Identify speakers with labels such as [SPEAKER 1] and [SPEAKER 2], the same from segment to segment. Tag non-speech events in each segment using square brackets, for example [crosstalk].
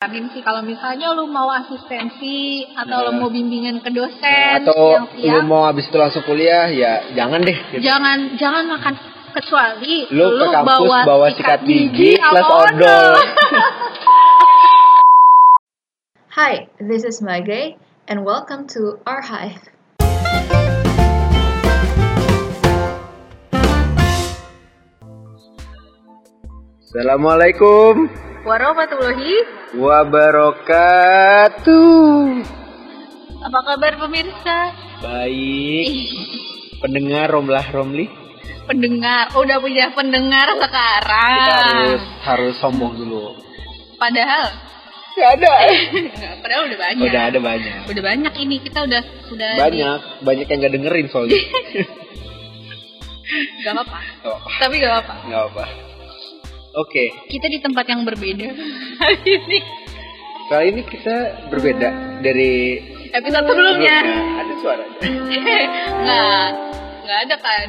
[SPEAKER 1] Bimbing sih kalau misalnya lu mau asistensi atau lu
[SPEAKER 2] Nah.
[SPEAKER 1] mau bimbingan ke dosen
[SPEAKER 2] atau lu
[SPEAKER 1] siang-siang
[SPEAKER 2] mau habis itu langsung kuliah ya jangan deh gitu.
[SPEAKER 1] jangan jangan makan kecuali
[SPEAKER 2] Lu ke kampus
[SPEAKER 1] bawa, ya
[SPEAKER 2] bawa sikat gigi plus
[SPEAKER 1] atau [laughs]
[SPEAKER 2] odol.
[SPEAKER 3] Hi, this is Maggie, and welcome to our hive.
[SPEAKER 2] Assalamualaikum
[SPEAKER 1] Warahmatullahi.
[SPEAKER 2] wabarakatuh
[SPEAKER 1] Apa kabar
[SPEAKER 2] [laughs]
[SPEAKER 1] pemirsa?
[SPEAKER 2] baik
[SPEAKER 1] Ih,
[SPEAKER 2] pendengar romlah romli
[SPEAKER 1] pendengar, udah punya pendengar sekarang.
[SPEAKER 2] kita harus harus sombong dulu
[SPEAKER 1] Padahal [laughs]
[SPEAKER 2] Gak ada
[SPEAKER 1] padahal udah banyak.
[SPEAKER 2] udah ada banyak
[SPEAKER 1] Udah banyak ini kita udah sudah
[SPEAKER 2] banyak banyak yang gak dengerin soalnya
[SPEAKER 1] Di, gak apa-apa.
[SPEAKER 2] [laughs] oh,
[SPEAKER 1] Tapi gak apa-apa.
[SPEAKER 2] nggak apa oke
[SPEAKER 1] Kita di tempat yang berbeda. [laughs] Hari ini
[SPEAKER 2] kali ini kita berbeda dari
[SPEAKER 1] episode sebelumnya.
[SPEAKER 2] ada suara
[SPEAKER 1] [laughs] nggak nggak ada kan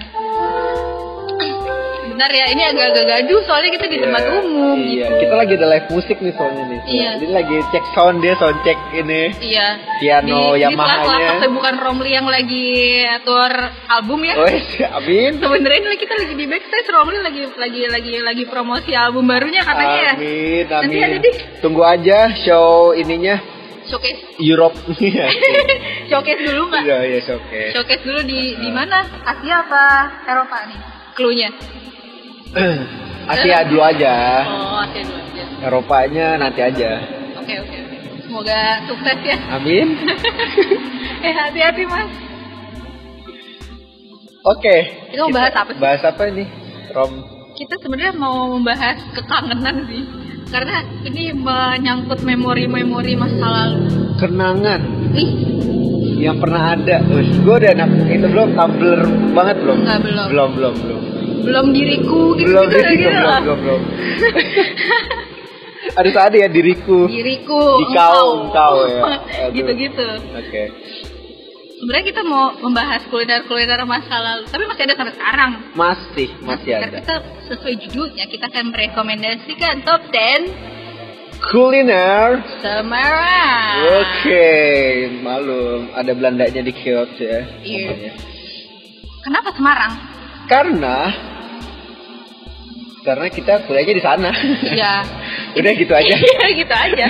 [SPEAKER 1] benar ya ini agak-agak gaduh soalnya kita di tempat
[SPEAKER 2] Iya,
[SPEAKER 1] umum
[SPEAKER 2] iya.
[SPEAKER 1] gitu
[SPEAKER 2] kita lagi ada live musik nih soalnya nih
[SPEAKER 1] Iya.
[SPEAKER 2] jadi lagi cek sound dia sound check ini
[SPEAKER 1] iya
[SPEAKER 2] piano
[SPEAKER 1] di, di
[SPEAKER 2] Yamaha-nya.
[SPEAKER 1] sela-sela kesibukan Romli yang lagi atur album ya
[SPEAKER 2] Wes, amin
[SPEAKER 1] sebenarnya ini kita lagi di backstage Romli lagi lagi lagi lagi promosi album barunya katanya ya
[SPEAKER 2] amin
[SPEAKER 1] Nanti
[SPEAKER 2] amin
[SPEAKER 1] ada di
[SPEAKER 2] tunggu aja show ininya
[SPEAKER 1] showcase [laughs]
[SPEAKER 2] Europe [laughs] Iya,
[SPEAKER 1] showcase dulu nggak
[SPEAKER 2] iya yes, oke
[SPEAKER 1] showcase dulu di di
[SPEAKER 2] Uh-uh.
[SPEAKER 1] mana Asia apa Eropa nih cluenya
[SPEAKER 2] Asia dulu aja
[SPEAKER 1] oh Asia dulu aja
[SPEAKER 2] Eropanya nanti aja
[SPEAKER 1] oke oke oke semoga sukses ya [laughs]
[SPEAKER 2] amin
[SPEAKER 1] eh hati-hati mas
[SPEAKER 2] oke
[SPEAKER 1] Kita mau bahas apa sih?
[SPEAKER 2] bahas apa nih Rom
[SPEAKER 1] kita sebenarnya mau membahas kekangenan sih karena ini menyangkut memori-memori masa lalu
[SPEAKER 2] kenangan
[SPEAKER 1] ih
[SPEAKER 2] yang pernah ada gue udah anak itu belum tumbler banget belum
[SPEAKER 1] Nggak, belum.
[SPEAKER 2] belum belum belum
[SPEAKER 1] belum diriku gitu
[SPEAKER 2] belum
[SPEAKER 1] gitu,
[SPEAKER 2] diriku,
[SPEAKER 1] gitu
[SPEAKER 2] belum,
[SPEAKER 1] lah
[SPEAKER 2] belum,
[SPEAKER 1] [laughs]
[SPEAKER 2] belum. Harus ada ya diriku. Oke.
[SPEAKER 1] diriku
[SPEAKER 2] Dikau, engkau,
[SPEAKER 1] [laughs]
[SPEAKER 2] ya. Aduh.
[SPEAKER 1] gitu gitu sebenarnya kita mau membahas kuliner-kuliner masa lalu tapi masih ada sampai sekarang
[SPEAKER 2] Masih, masih
[SPEAKER 1] Karena
[SPEAKER 2] Iya, ada.
[SPEAKER 1] kita sesuai judulnya kita akan merekomendasikan top 10
[SPEAKER 2] Kuliner.
[SPEAKER 1] Semarang
[SPEAKER 2] Oke, malum. Ada Belandanya di Kyoto ya.
[SPEAKER 1] Iya.
[SPEAKER 2] pokoknya.
[SPEAKER 1] kenapa Semarang
[SPEAKER 2] Karena karena kita kuliahnya di sana.
[SPEAKER 1] ya
[SPEAKER 2] Udah gitu
[SPEAKER 1] [laughs]
[SPEAKER 2] aja.
[SPEAKER 1] gitu aja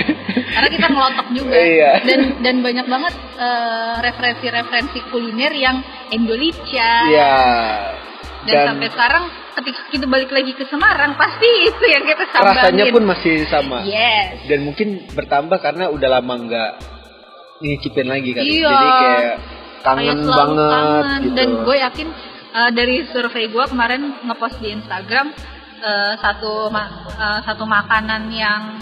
[SPEAKER 1] karena kita ngelotok juga
[SPEAKER 2] Iya.
[SPEAKER 1] dan dan banyak banget eh, referensi-referensi kuliner yang Indonesia
[SPEAKER 2] [laughs] Iya.
[SPEAKER 1] dan, sampai sekarang ketika kita balik lagi ke Semarang pasti itu yang kita sambangin
[SPEAKER 2] rasanya pun masih sama.
[SPEAKER 1] yes
[SPEAKER 2] Dan mungkin bertambah karena udah lama nggak ngicipin lagi kan.
[SPEAKER 1] Iya.
[SPEAKER 2] Jadi kayak
[SPEAKER 1] Kayak
[SPEAKER 2] kangen
[SPEAKER 1] selalu
[SPEAKER 2] banget
[SPEAKER 1] kangen.
[SPEAKER 2] gitu.
[SPEAKER 1] dan gue yakin eh, dari survei gue kemarin ngepost di Instagram eh, satu ma- eh, satu makanan yang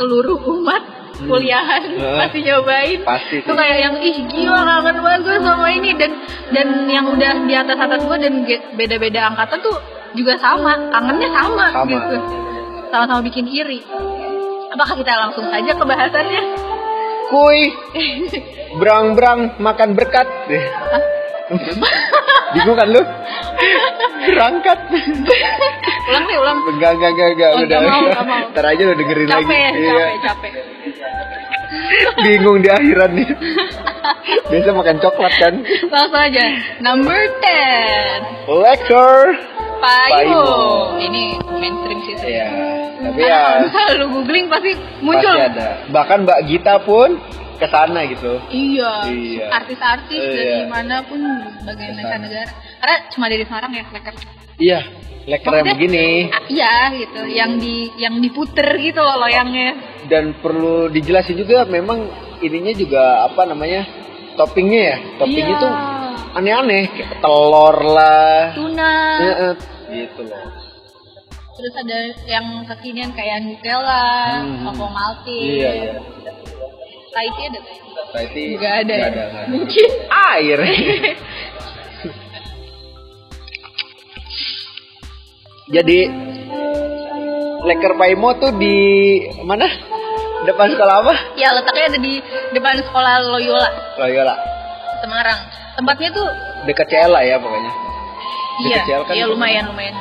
[SPEAKER 1] seluruh umat
[SPEAKER 2] Hmm.
[SPEAKER 1] kuliahan
[SPEAKER 2] Heeh.
[SPEAKER 1] pasti nyobain
[SPEAKER 2] Pasti
[SPEAKER 1] itu
[SPEAKER 2] sih.
[SPEAKER 1] kayak yang ih gila kangen banget gue sama ini dan dan yang udah di atas atas gue dan ge- beda-beda angkatan tuh juga sama kangennya sama,
[SPEAKER 2] Sama.
[SPEAKER 1] gitu sama-sama bikin iri apakah kita langsung saja ke bahasannya
[SPEAKER 2] [laughs] Kuy, berang-berang makan berkat. Bingung kan lu? Berangkat.
[SPEAKER 1] ulang deh ulang
[SPEAKER 2] Enggak, enggak, enggak, enggak.
[SPEAKER 1] Oh,
[SPEAKER 2] udah.
[SPEAKER 1] nggak mau, nggak mau.
[SPEAKER 2] Ntar aja udah dengerin
[SPEAKER 1] capek
[SPEAKER 2] lagi. Iya.
[SPEAKER 1] capek capek
[SPEAKER 2] Bingung di akhiran nih. Biasa makan coklat kan.
[SPEAKER 1] Langsung aja. Number 10.
[SPEAKER 2] Lekker.
[SPEAKER 1] Payung.
[SPEAKER 2] Payung.
[SPEAKER 1] Ini mainstream sih saya.
[SPEAKER 2] Iya. Tapi ya
[SPEAKER 1] Bisa [laughs] lu googling pasti muncul.
[SPEAKER 2] pasti ada. Bahkan Mbak Gita pun ke sana gitu.
[SPEAKER 1] Iya.
[SPEAKER 2] Iya.
[SPEAKER 1] Artis-artis
[SPEAKER 2] Iya.
[SPEAKER 1] dari mana pun bagian
[SPEAKER 2] Kesana.
[SPEAKER 1] negara-negara. Karena cuma dari Semarang ya leker.
[SPEAKER 2] Iya, lekker yang
[SPEAKER 1] Maksudnya-
[SPEAKER 2] begini
[SPEAKER 1] Ah, Iya gitu.
[SPEAKER 2] Hmm.
[SPEAKER 1] Yang di yang diputer gitu loh loyangnya.
[SPEAKER 2] dan perlu dijelasin juga memang ininya juga apa namanya? Toppingnya ya. Toppingnya
[SPEAKER 1] Iya.
[SPEAKER 2] tuh aneh-aneh kayak telur lah
[SPEAKER 1] tuna.
[SPEAKER 2] Heeh, gitu loh
[SPEAKER 1] Terus ada yang kekinian kayak Nutella,
[SPEAKER 2] Hmm.
[SPEAKER 1] Coco Maltese.
[SPEAKER 2] iya iya
[SPEAKER 1] Thai tea ada Thai tea?
[SPEAKER 2] berarti
[SPEAKER 1] Nggak ada ya?
[SPEAKER 2] nggak nggak ada.
[SPEAKER 1] Mungkin. [laughs]
[SPEAKER 2] air [laughs] jadi leker paimo tuh di mana depan sekolah apa
[SPEAKER 1] Ya letaknya ada di depan sekolah Loyola.
[SPEAKER 2] Loyola
[SPEAKER 1] Semarang. Tempatnya tuh
[SPEAKER 2] dekat CL lah ya pokoknya
[SPEAKER 1] iya,
[SPEAKER 2] Di kecil kan
[SPEAKER 1] iya
[SPEAKER 2] itu.
[SPEAKER 1] lumayan lumayan.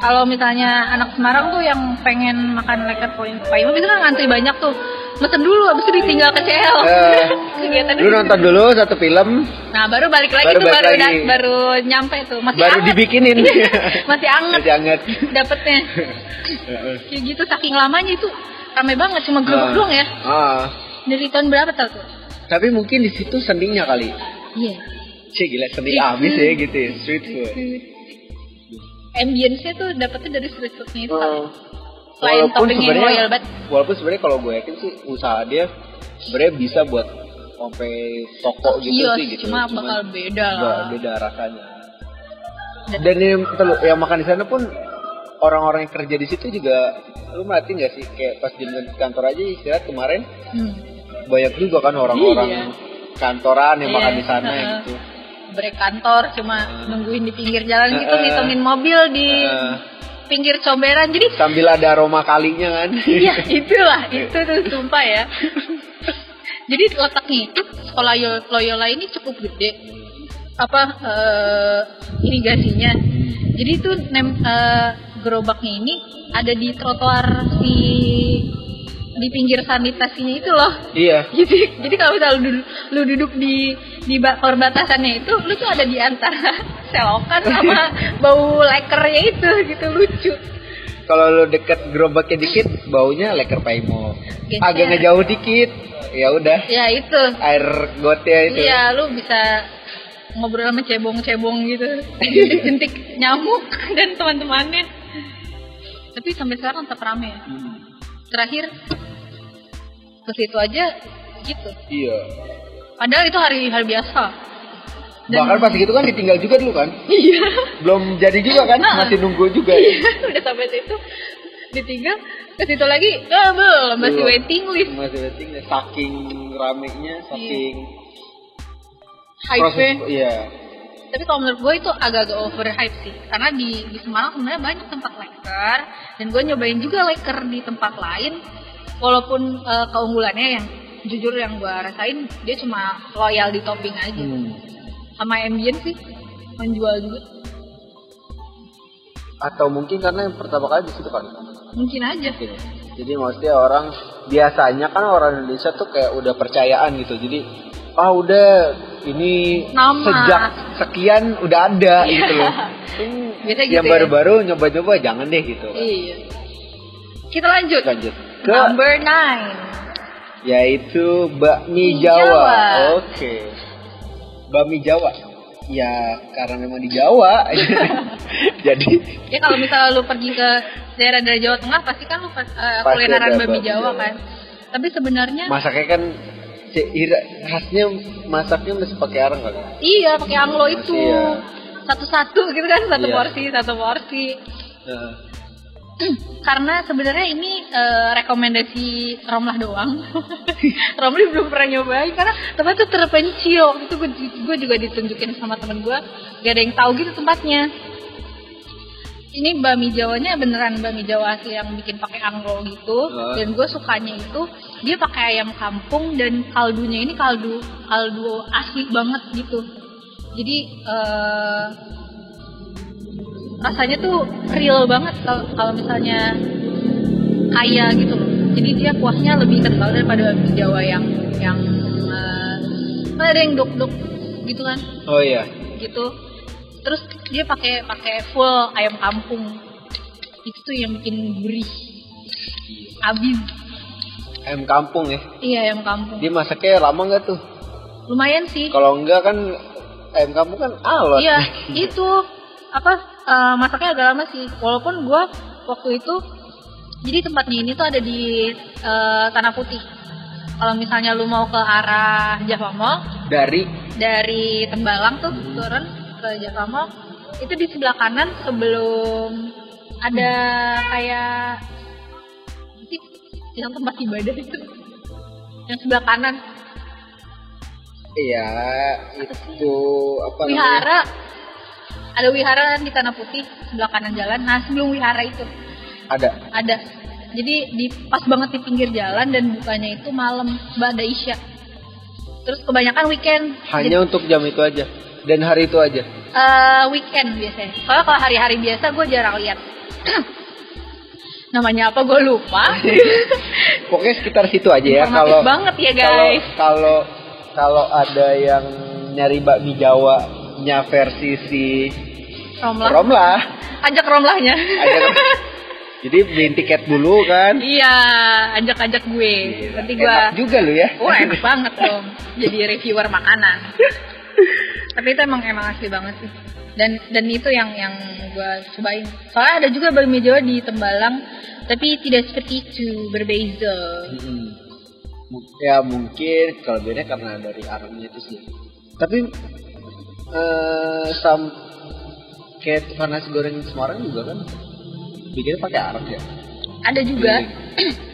[SPEAKER 1] Kalau misalnya anak Semarang tuh yang pengen makan leker poin payung, biasanya kan ngantri banyak tuh. mesen dulu abis itu ditinggal ke CL
[SPEAKER 2] Eh,
[SPEAKER 1] [laughs] kegiatan
[SPEAKER 2] lu nonton dulu satu film
[SPEAKER 1] nah baru balik lagi
[SPEAKER 2] Baru
[SPEAKER 1] tuh
[SPEAKER 2] balik
[SPEAKER 1] baru
[SPEAKER 2] lagi.
[SPEAKER 1] dat- baru nyampe tuh masih
[SPEAKER 2] baru
[SPEAKER 1] anget. Iya.
[SPEAKER 2] dibikinin
[SPEAKER 1] [laughs]
[SPEAKER 2] [laughs]
[SPEAKER 1] masih anget
[SPEAKER 2] masih anget
[SPEAKER 1] dapetnya kayak gitu saking lamanya itu rame banget cuma gerobak
[SPEAKER 2] Ah.
[SPEAKER 1] doang ya
[SPEAKER 2] Ah.
[SPEAKER 1] dari tahun berapa tau tuh
[SPEAKER 2] tapi mungkin di situ seninya kali
[SPEAKER 1] iya
[SPEAKER 2] Cie gila seni
[SPEAKER 1] Street
[SPEAKER 2] abis
[SPEAKER 1] food.
[SPEAKER 2] ya gitu ya, street food.
[SPEAKER 1] Iya. ambience-nya tuh dapetnya dari street foodnya itu
[SPEAKER 2] Hmm.
[SPEAKER 1] Selain topping yang royal banget.
[SPEAKER 2] walaupun sebenarnya kalau gue yakin sih usaha dia sebenarnya bisa buat sampai toko gitu
[SPEAKER 1] Kios,
[SPEAKER 2] sih
[SPEAKER 1] Iya,
[SPEAKER 2] gitu.
[SPEAKER 1] cuma bakal beda lah.
[SPEAKER 2] ba- Beda rasanya.
[SPEAKER 1] Dan-
[SPEAKER 2] Dan yang, terlu- yang makan di sana pun orang-orang yang kerja di situ juga lu merhatiin gak sih kayak pas di di kantor aja istirahat kemarin
[SPEAKER 1] Hmm.
[SPEAKER 2] banyak juga kan orang-orang
[SPEAKER 1] Iya.
[SPEAKER 2] kantoran
[SPEAKER 1] Iya,
[SPEAKER 2] yang makan di sana
[SPEAKER 1] heeh.
[SPEAKER 2] gitu.
[SPEAKER 1] break kantor cuma nungguin di pinggir jalan gitu
[SPEAKER 2] Heeh.
[SPEAKER 1] ngitungin mobil di
[SPEAKER 2] Heeh.
[SPEAKER 1] pinggir comberan jadi
[SPEAKER 2] Sambil ada aroma kalinya kan. [laughs]
[SPEAKER 1] ya itulah itu tuh sumpah ya jadi letaknya itu sekolah Yo- Loyola ini cukup gede apa eh, irigasinya jadi itu nem, eh, gerobaknya ini ada di trotoar si di pinggir sanitasinya itu loh
[SPEAKER 2] iya.
[SPEAKER 1] jadi jadi kalau misal lu, duduk- lu duduk di di ba- perbatasannya itu lu tuh ada di antara [laughs] selokan sama
[SPEAKER 2] [laughs]
[SPEAKER 1] bau lekernya itu gitu lucu
[SPEAKER 2] Kalau lo deket gerobaknya dikit, baunya leker paimo.
[SPEAKER 1] Geser.
[SPEAKER 2] Agak ngejauh dikit, ya udah
[SPEAKER 1] ya itu
[SPEAKER 2] air gotnya itu.
[SPEAKER 1] iya lu bisa ngobrol sama cebong-cebong gitu
[SPEAKER 2] [laughs]
[SPEAKER 1] jentik-jentik nyamuk dan teman-temannya tapi sampai sekarang tetap rame ya
[SPEAKER 2] Hmm,
[SPEAKER 1] terakhir ke situ aja gitu
[SPEAKER 2] iya.
[SPEAKER 1] padahal itu hari hari biasa Dan-
[SPEAKER 2] Bahkan
[SPEAKER 1] [laughs]
[SPEAKER 2] pas gitu kan ditinggal juga dulu kan?
[SPEAKER 1] iya
[SPEAKER 2] Belum jadi juga kan?
[SPEAKER 1] Heeh.
[SPEAKER 2] Masih nunggu juga. ya.
[SPEAKER 1] Iya, udah sampai situ ditinggal ke situ lagi eh, belum masih
[SPEAKER 2] Belum.
[SPEAKER 1] waiting list
[SPEAKER 2] Iya. Masih waiting list. saking ramenya, saking
[SPEAKER 1] Iya. hype ya.
[SPEAKER 2] proses iya.
[SPEAKER 1] tapi kalau menurut gue itu agak-agak over hype sih karena di di Semarang sebenarnya banyak tempat leker dan gue nyobain juga leker di tempat lain walaupun eh, keunggulannya yang jujur yang gue rasain dia cuma loyal di topping aja
[SPEAKER 2] Hmm.
[SPEAKER 1] sama ambient sih menjual juga
[SPEAKER 2] Atau mungkin karena yang pertama kali di situ kan?
[SPEAKER 1] mungkin aja
[SPEAKER 2] Gitu. Jadi maksudnya orang biasanya kan orang Indonesia tuh kayak udah percayaan gitu. Jadi ah udah ini
[SPEAKER 1] Nama. Iya.
[SPEAKER 2] sejak sekian udah ada gitu
[SPEAKER 1] [laughs]
[SPEAKER 2] loh.
[SPEAKER 1] Biasanya
[SPEAKER 2] yang
[SPEAKER 1] gitu ya.
[SPEAKER 2] baru-baru nyoba-nyoba jangan deh gitu.
[SPEAKER 1] iya kita lanjut
[SPEAKER 2] Lanjut ke
[SPEAKER 1] number nine
[SPEAKER 2] yaitu
[SPEAKER 1] Mie
[SPEAKER 2] bakmi Jawa.
[SPEAKER 1] Jawa.
[SPEAKER 2] Oke. Bakmi Jawa. Ya karena memang di
[SPEAKER 1] [laughs]
[SPEAKER 2] Jawa. Jadi
[SPEAKER 1] Ya kalau misalnya lu pergi ke daerah-daerah Jawa Tengah pasti kan lu eh, kulineran
[SPEAKER 2] ada
[SPEAKER 1] babi
[SPEAKER 2] bakmi
[SPEAKER 1] Jawa
[SPEAKER 2] Jawa.
[SPEAKER 1] kan. Tapi sebenarnya
[SPEAKER 2] masaknya kan si- ira- khasnya masaknya masih pakai arang kali. ya?
[SPEAKER 1] iya pakai anglo itu.
[SPEAKER 2] Iya.
[SPEAKER 1] Satu-satu [laughs] gitu kan, satu
[SPEAKER 2] Iya.
[SPEAKER 1] porsi, satu porsi.
[SPEAKER 2] Heeh.
[SPEAKER 1] Karena sebenarnya ini eh, rekomendasi Romlah doang. [laughs] Romli belum pernah nyobain karena tempatnya terpencil. Itu gue, gue juga ditunjukin sama temen gue. Gak ada yang tahu gitu tempatnya. Ini bami Jawanya beneran bami Jawa asli yang bikin pakai anglo gitu.
[SPEAKER 2] Heeh.
[SPEAKER 1] Dan gue sukanya itu dia pakai ayam kampung dan kaldunya ini kaldu kaldu asli banget gitu. Jadi eh, rasanya tuh real banget kalau kalau misalnya kaya gitu loh. Jadi dia kuahnya lebih kental daripada babi Jawa yang yang eh, kan ada yang dok-dok gitu kan
[SPEAKER 2] Oh iya.
[SPEAKER 1] gitu. Terus dia pakai pakai full ayam kampung. Itu tuh yang bikin gurih. Abis
[SPEAKER 2] ayam kampung ya.
[SPEAKER 1] iya ayam kampung.
[SPEAKER 2] Dia masaknya lama nggak tuh?
[SPEAKER 1] Lumayan sih.
[SPEAKER 2] Kalau enggak kan ayam kampung kan alot.
[SPEAKER 1] Iya, itu apa eh, masaknya agak lama sih. Walaupun gua waktu itu jadi tempatnya ini tuh ada di eh, Tanah Putih. Kalau misalnya lu mau ke arah Java Mall
[SPEAKER 2] Dari
[SPEAKER 1] dari Tembalang tuh turun ke Java Mall, itu di sebelah kanan sebelum ada kayak apa sih, yang tempat ibadah itu yang sebelah kanan
[SPEAKER 2] iya itu apa namanya?
[SPEAKER 1] wihara ada wihara kan di tanah putih sebelah kanan jalan nah sebelum wihara itu
[SPEAKER 2] Ada.
[SPEAKER 1] ada jadi di pas banget di pinggir jalan dan bukanya itu malam bada isya terus kebanyakan weekend
[SPEAKER 2] Hanya untuk jam itu aja dan hari itu aja.
[SPEAKER 1] Eh, weekend biasanya. Soalnya kalau hari-hari biasa gue jarang lihat. [clears throat] namanya apa gue lupa
[SPEAKER 2] [laughs] Pokoknya sekitar situ aja ya
[SPEAKER 1] Informatif
[SPEAKER 2] kalau
[SPEAKER 1] banget ya
[SPEAKER 2] kalau
[SPEAKER 1] guys
[SPEAKER 2] kalau kalau ada yang nyari bakmi Jawa nya versi si
[SPEAKER 1] Romlah [laughs]
[SPEAKER 2] Romlah
[SPEAKER 1] ajak Romlahnya
[SPEAKER 2] ajak jadi beliin tiket dulu kan
[SPEAKER 1] [laughs] iya ajak-ajak gue Iya, nanti gue
[SPEAKER 2] Enak juga lu ya
[SPEAKER 1] wah Oh, enak banget dong jadi reviewer makanan tapi itu emang emang asli banget sih dan dan itu yang yang gue cobain soalnya ada juga bakmi Jawa di Tembalang tapi tidak seperti itu berbeza
[SPEAKER 2] Mm-mm. M- ya mungkin kelebihannya karena dari arangnya itu sih tapi eh sam kayak tukang nasi goreng Semarang juga kan bikinnya pakai arang ya
[SPEAKER 1] ada juga
[SPEAKER 2] Keliling.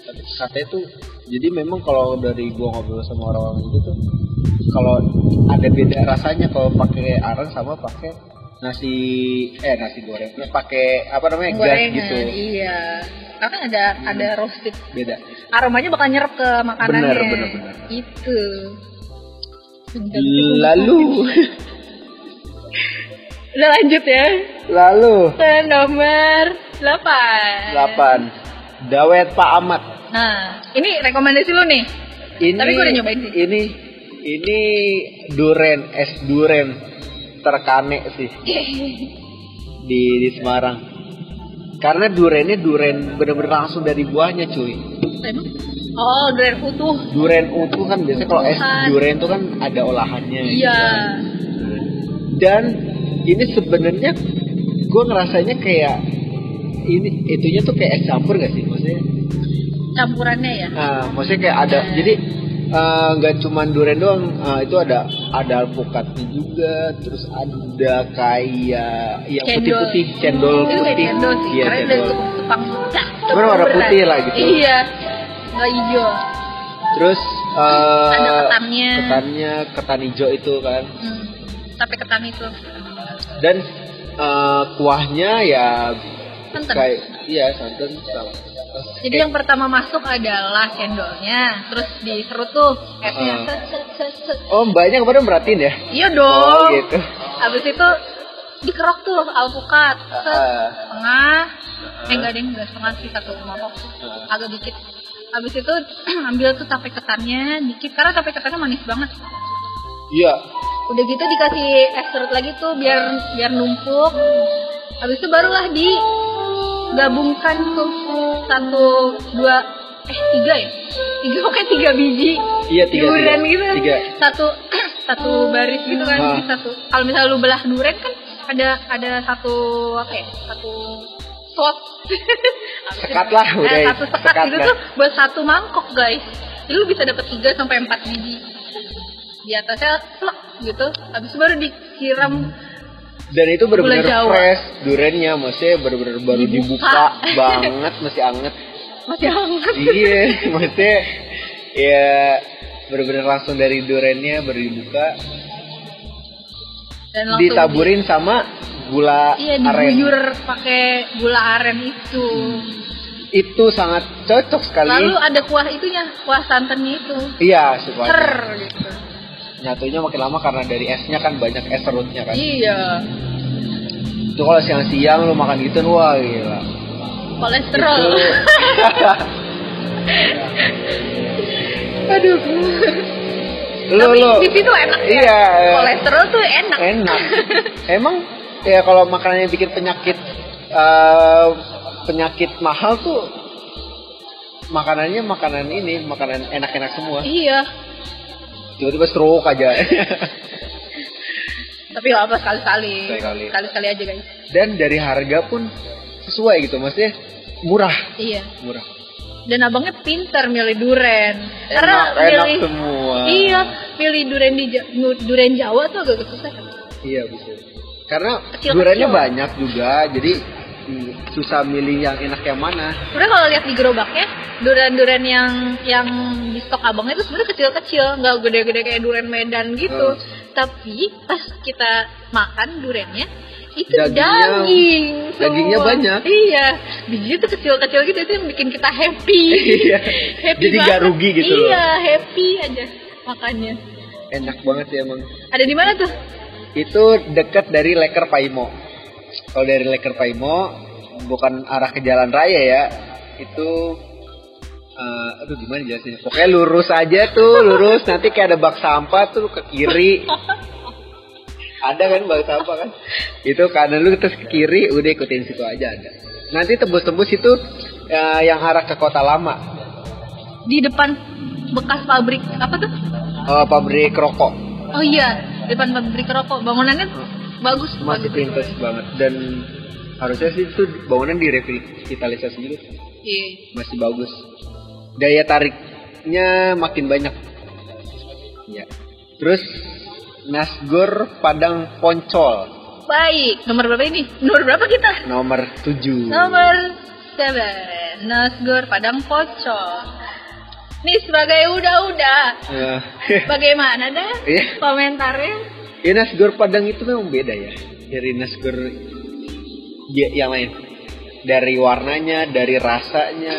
[SPEAKER 2] Tapi katanya tuh jadi memang kalau dari gua ngobrol sama orang-orang itu tuh kalau ada beda rasanya kalau pakai arang sama pakai nasi eh nasi goreng pakai apa namanya gas
[SPEAKER 1] gorengan
[SPEAKER 2] gitu
[SPEAKER 1] iya karena ada ada roasted
[SPEAKER 2] beda
[SPEAKER 1] aromanya bakal nyerap ke makanannya Gitu.
[SPEAKER 2] Bener, bener, bener.
[SPEAKER 1] itu
[SPEAKER 2] lalu
[SPEAKER 1] udah lanjut ya
[SPEAKER 2] lalu
[SPEAKER 1] ke nomor 8
[SPEAKER 2] delapan dawet Pak Ahmad
[SPEAKER 1] nah ini rekomendasi lu nih
[SPEAKER 2] ini
[SPEAKER 1] Tapi gua udah nyobain sih.
[SPEAKER 2] ini ini duren es duren terkane
[SPEAKER 1] [laughs]
[SPEAKER 2] sih di, di Semarang. Karena durennya duren bener-bener langsung dari buahnya cuy.
[SPEAKER 1] Emang? oh durian utuh
[SPEAKER 2] Duren utuh kan biasanya kalau es
[SPEAKER 1] Olahan.
[SPEAKER 2] duren tuh kan ada olahannya. gitu
[SPEAKER 1] iya
[SPEAKER 2] kan. Dan ini sebenarnya gue ngerasanya kayak ini itunya tuh kayak es campur gak sih maksudnya?
[SPEAKER 1] campurannya ya
[SPEAKER 2] Nah, maksudnya kayak ada jadi eh, nggak cuman durian doang eh, itu ada ada alpukatnya juga terus ada kayak yang
[SPEAKER 1] Cendol.
[SPEAKER 2] Iya, putih-putih cendol
[SPEAKER 1] itu kayak
[SPEAKER 2] putih
[SPEAKER 1] cendol sih
[SPEAKER 2] iya
[SPEAKER 1] karena dari
[SPEAKER 2] cendol
[SPEAKER 1] tepang
[SPEAKER 2] Cuman warna putih lah gitu.
[SPEAKER 1] iya nggak hijau
[SPEAKER 2] terus eh,
[SPEAKER 1] Ada ketannya.
[SPEAKER 2] ketannya ketan hijau itu kan
[SPEAKER 1] hmm. tapi ketan itu
[SPEAKER 2] dan eh, kuahnya ya
[SPEAKER 1] Santan.
[SPEAKER 2] kayak iya santan sama
[SPEAKER 1] Jadi yang pertama masuk adalah cendolnya, terus diserut tuh esnya.
[SPEAKER 2] Ah.
[SPEAKER 1] Set, set, set, set.
[SPEAKER 2] oh mbaknya kemarin merhatiin ya
[SPEAKER 1] Iya dong.
[SPEAKER 2] oh gitu
[SPEAKER 1] Habis itu dikerok tuh alpukat, set,
[SPEAKER 2] Ah,
[SPEAKER 1] setengah. Eh enggak deh, enggak setengah sih satu mangkok,
[SPEAKER 2] Ah.
[SPEAKER 1] agak dikit. Habis itu [clears throat] ambil tuh tape ketannya dikit karena tape ketannya manis banget.
[SPEAKER 2] iya
[SPEAKER 1] Udah gitu dikasih es serut lagi tuh biar biar numpuk. Habis itu barulah digabungkan tuh satu dua eh tiga ya tiga [laughs] pokoknya tiga biji
[SPEAKER 2] Iya, tiga,
[SPEAKER 1] durian
[SPEAKER 2] tiga.
[SPEAKER 1] gitu
[SPEAKER 2] Tiga.
[SPEAKER 1] satu [clears throat] satu baris gitu kan
[SPEAKER 2] Ah.
[SPEAKER 1] jadi satu kalau misalnya lu belah durian kan ada ada satu apa ya satu slot [laughs] Apa sih
[SPEAKER 2] Sekat lah,
[SPEAKER 1] namanya?
[SPEAKER 2] udah.
[SPEAKER 1] Eh, satu sekat,
[SPEAKER 2] Sekat
[SPEAKER 1] gitu
[SPEAKER 2] dah.
[SPEAKER 1] tuh buat satu mangkok guys jadi lu bisa dapat tiga sampai empat biji di atasnya plek gitu habis itu baru disiram
[SPEAKER 2] Dan itu benar-benar
[SPEAKER 1] Gula Jawa.
[SPEAKER 2] fresh duriannya, maksudnya benar-benar baru
[SPEAKER 1] Dibuka.
[SPEAKER 2] dibuka banget, masih anget.
[SPEAKER 1] masih hangat
[SPEAKER 2] iya, [laughs] maksudnya ya benar-benar langsung dari duriannya baru dibuka,
[SPEAKER 1] dan langsung di-
[SPEAKER 2] ditaburin sama gula
[SPEAKER 1] iya
[SPEAKER 2] aren.
[SPEAKER 1] diguyur pakai gula aren itu
[SPEAKER 2] Itu sangat cocok sekali.
[SPEAKER 1] lalu ada kuah itunya kuah santannya itu
[SPEAKER 2] Iya, supaya
[SPEAKER 1] cer gitu
[SPEAKER 2] nyatunya makin lama karena dari esnya kan banyak es serutnya kan.
[SPEAKER 1] iya
[SPEAKER 2] Itu kalau siang-siang lu makan gitu, wah gila.
[SPEAKER 1] kolesterol [laughs]
[SPEAKER 2] Aduh. Lu,
[SPEAKER 1] tapi
[SPEAKER 2] lu.
[SPEAKER 1] di situ enak ya
[SPEAKER 2] Iya.
[SPEAKER 1] kolesterol tuh enak [laughs]
[SPEAKER 2] enak. Emang ya kalau makanannya bikin penyakit eh, penyakit mahal tuh makanannya makanan ini makanan enak-enak semua.
[SPEAKER 1] iya
[SPEAKER 2] Tiba-tiba stroke
[SPEAKER 1] [laughs]
[SPEAKER 2] aja.
[SPEAKER 1] tapi nggak apa sekali sekali
[SPEAKER 2] Sekali-kali.
[SPEAKER 1] sekali sekali aja guys
[SPEAKER 2] Dan dari harga pun sesuai gitu, maksudnya murah,
[SPEAKER 1] iya
[SPEAKER 2] murah.
[SPEAKER 1] dan abangnya pinter milih duren karena
[SPEAKER 2] Enak, enak
[SPEAKER 1] milih
[SPEAKER 2] semua.
[SPEAKER 1] iya milih duren di Ja- nu- duren Jawa tuh agak susah
[SPEAKER 2] Iya bisa. Karena
[SPEAKER 1] Kecil-kecil.
[SPEAKER 2] duriannya banyak juga, jadi mm, susah milih yang enak yang mana.
[SPEAKER 1] sebenarnya kalau lihat di gerobaknya duren-duren yang yang di stok abangnya itu sebenarnya kecil-kecil nggak gede-gede kayak duren Medan gitu
[SPEAKER 2] Hmm.
[SPEAKER 1] tapi pas kita makan durennya itu
[SPEAKER 2] Dagingnya-
[SPEAKER 1] daging semua.
[SPEAKER 2] dagingnya banyak.
[SPEAKER 1] iya bijinya tuh kecil-kecil gitu itu yang bikin kita happy
[SPEAKER 2] [laughs] Iya.
[SPEAKER 1] happy
[SPEAKER 2] Jadi nggak
[SPEAKER 1] banget.
[SPEAKER 2] rugi gitu loh.
[SPEAKER 1] iya happy aja makannya
[SPEAKER 2] Enak banget ya emang.
[SPEAKER 1] ada di mana tuh
[SPEAKER 2] Itu dekat dari Leker Paimo. Kalau dari Leker Paimo bukan arah ke jalan raya ya itu eh, aduh gimana jelasnya pokoknya lurus aja tuh lurus nanti kayak ada bak sampah tuh ke kiri ada kan bak sampah kan itu kanan lu terus ke kiri udah ikutin situ aja ada nanti tembus-tembus itu eh, yang arah ke kota lama
[SPEAKER 1] di depan bekas pabrik apa tuh
[SPEAKER 2] eh, pabrik rokok
[SPEAKER 1] oh iya depan pabrik rokok bangunannya bagus
[SPEAKER 2] Hmm. masih
[SPEAKER 1] bagus.
[SPEAKER 2] pintas banget dan harusnya sih itu bangunan direvitalisasi dulu
[SPEAKER 1] Iya.
[SPEAKER 2] masih bagus daya tariknya makin banyak ya terus Nasgor Padang Poncol
[SPEAKER 1] baik nomor berapa ini nomor berapa kita
[SPEAKER 2] nomor 7
[SPEAKER 1] Nomor 7 Nasgor Padang Pocong Nih sebagai udah-udah
[SPEAKER 2] Eh,
[SPEAKER 1] Bagaimana dah
[SPEAKER 2] Iya.
[SPEAKER 1] komentarnya?
[SPEAKER 2] [laughs] ya Nasgor Padang itu memang beda ya dari Nasgor ya- yang lain dari warnanya dari rasanya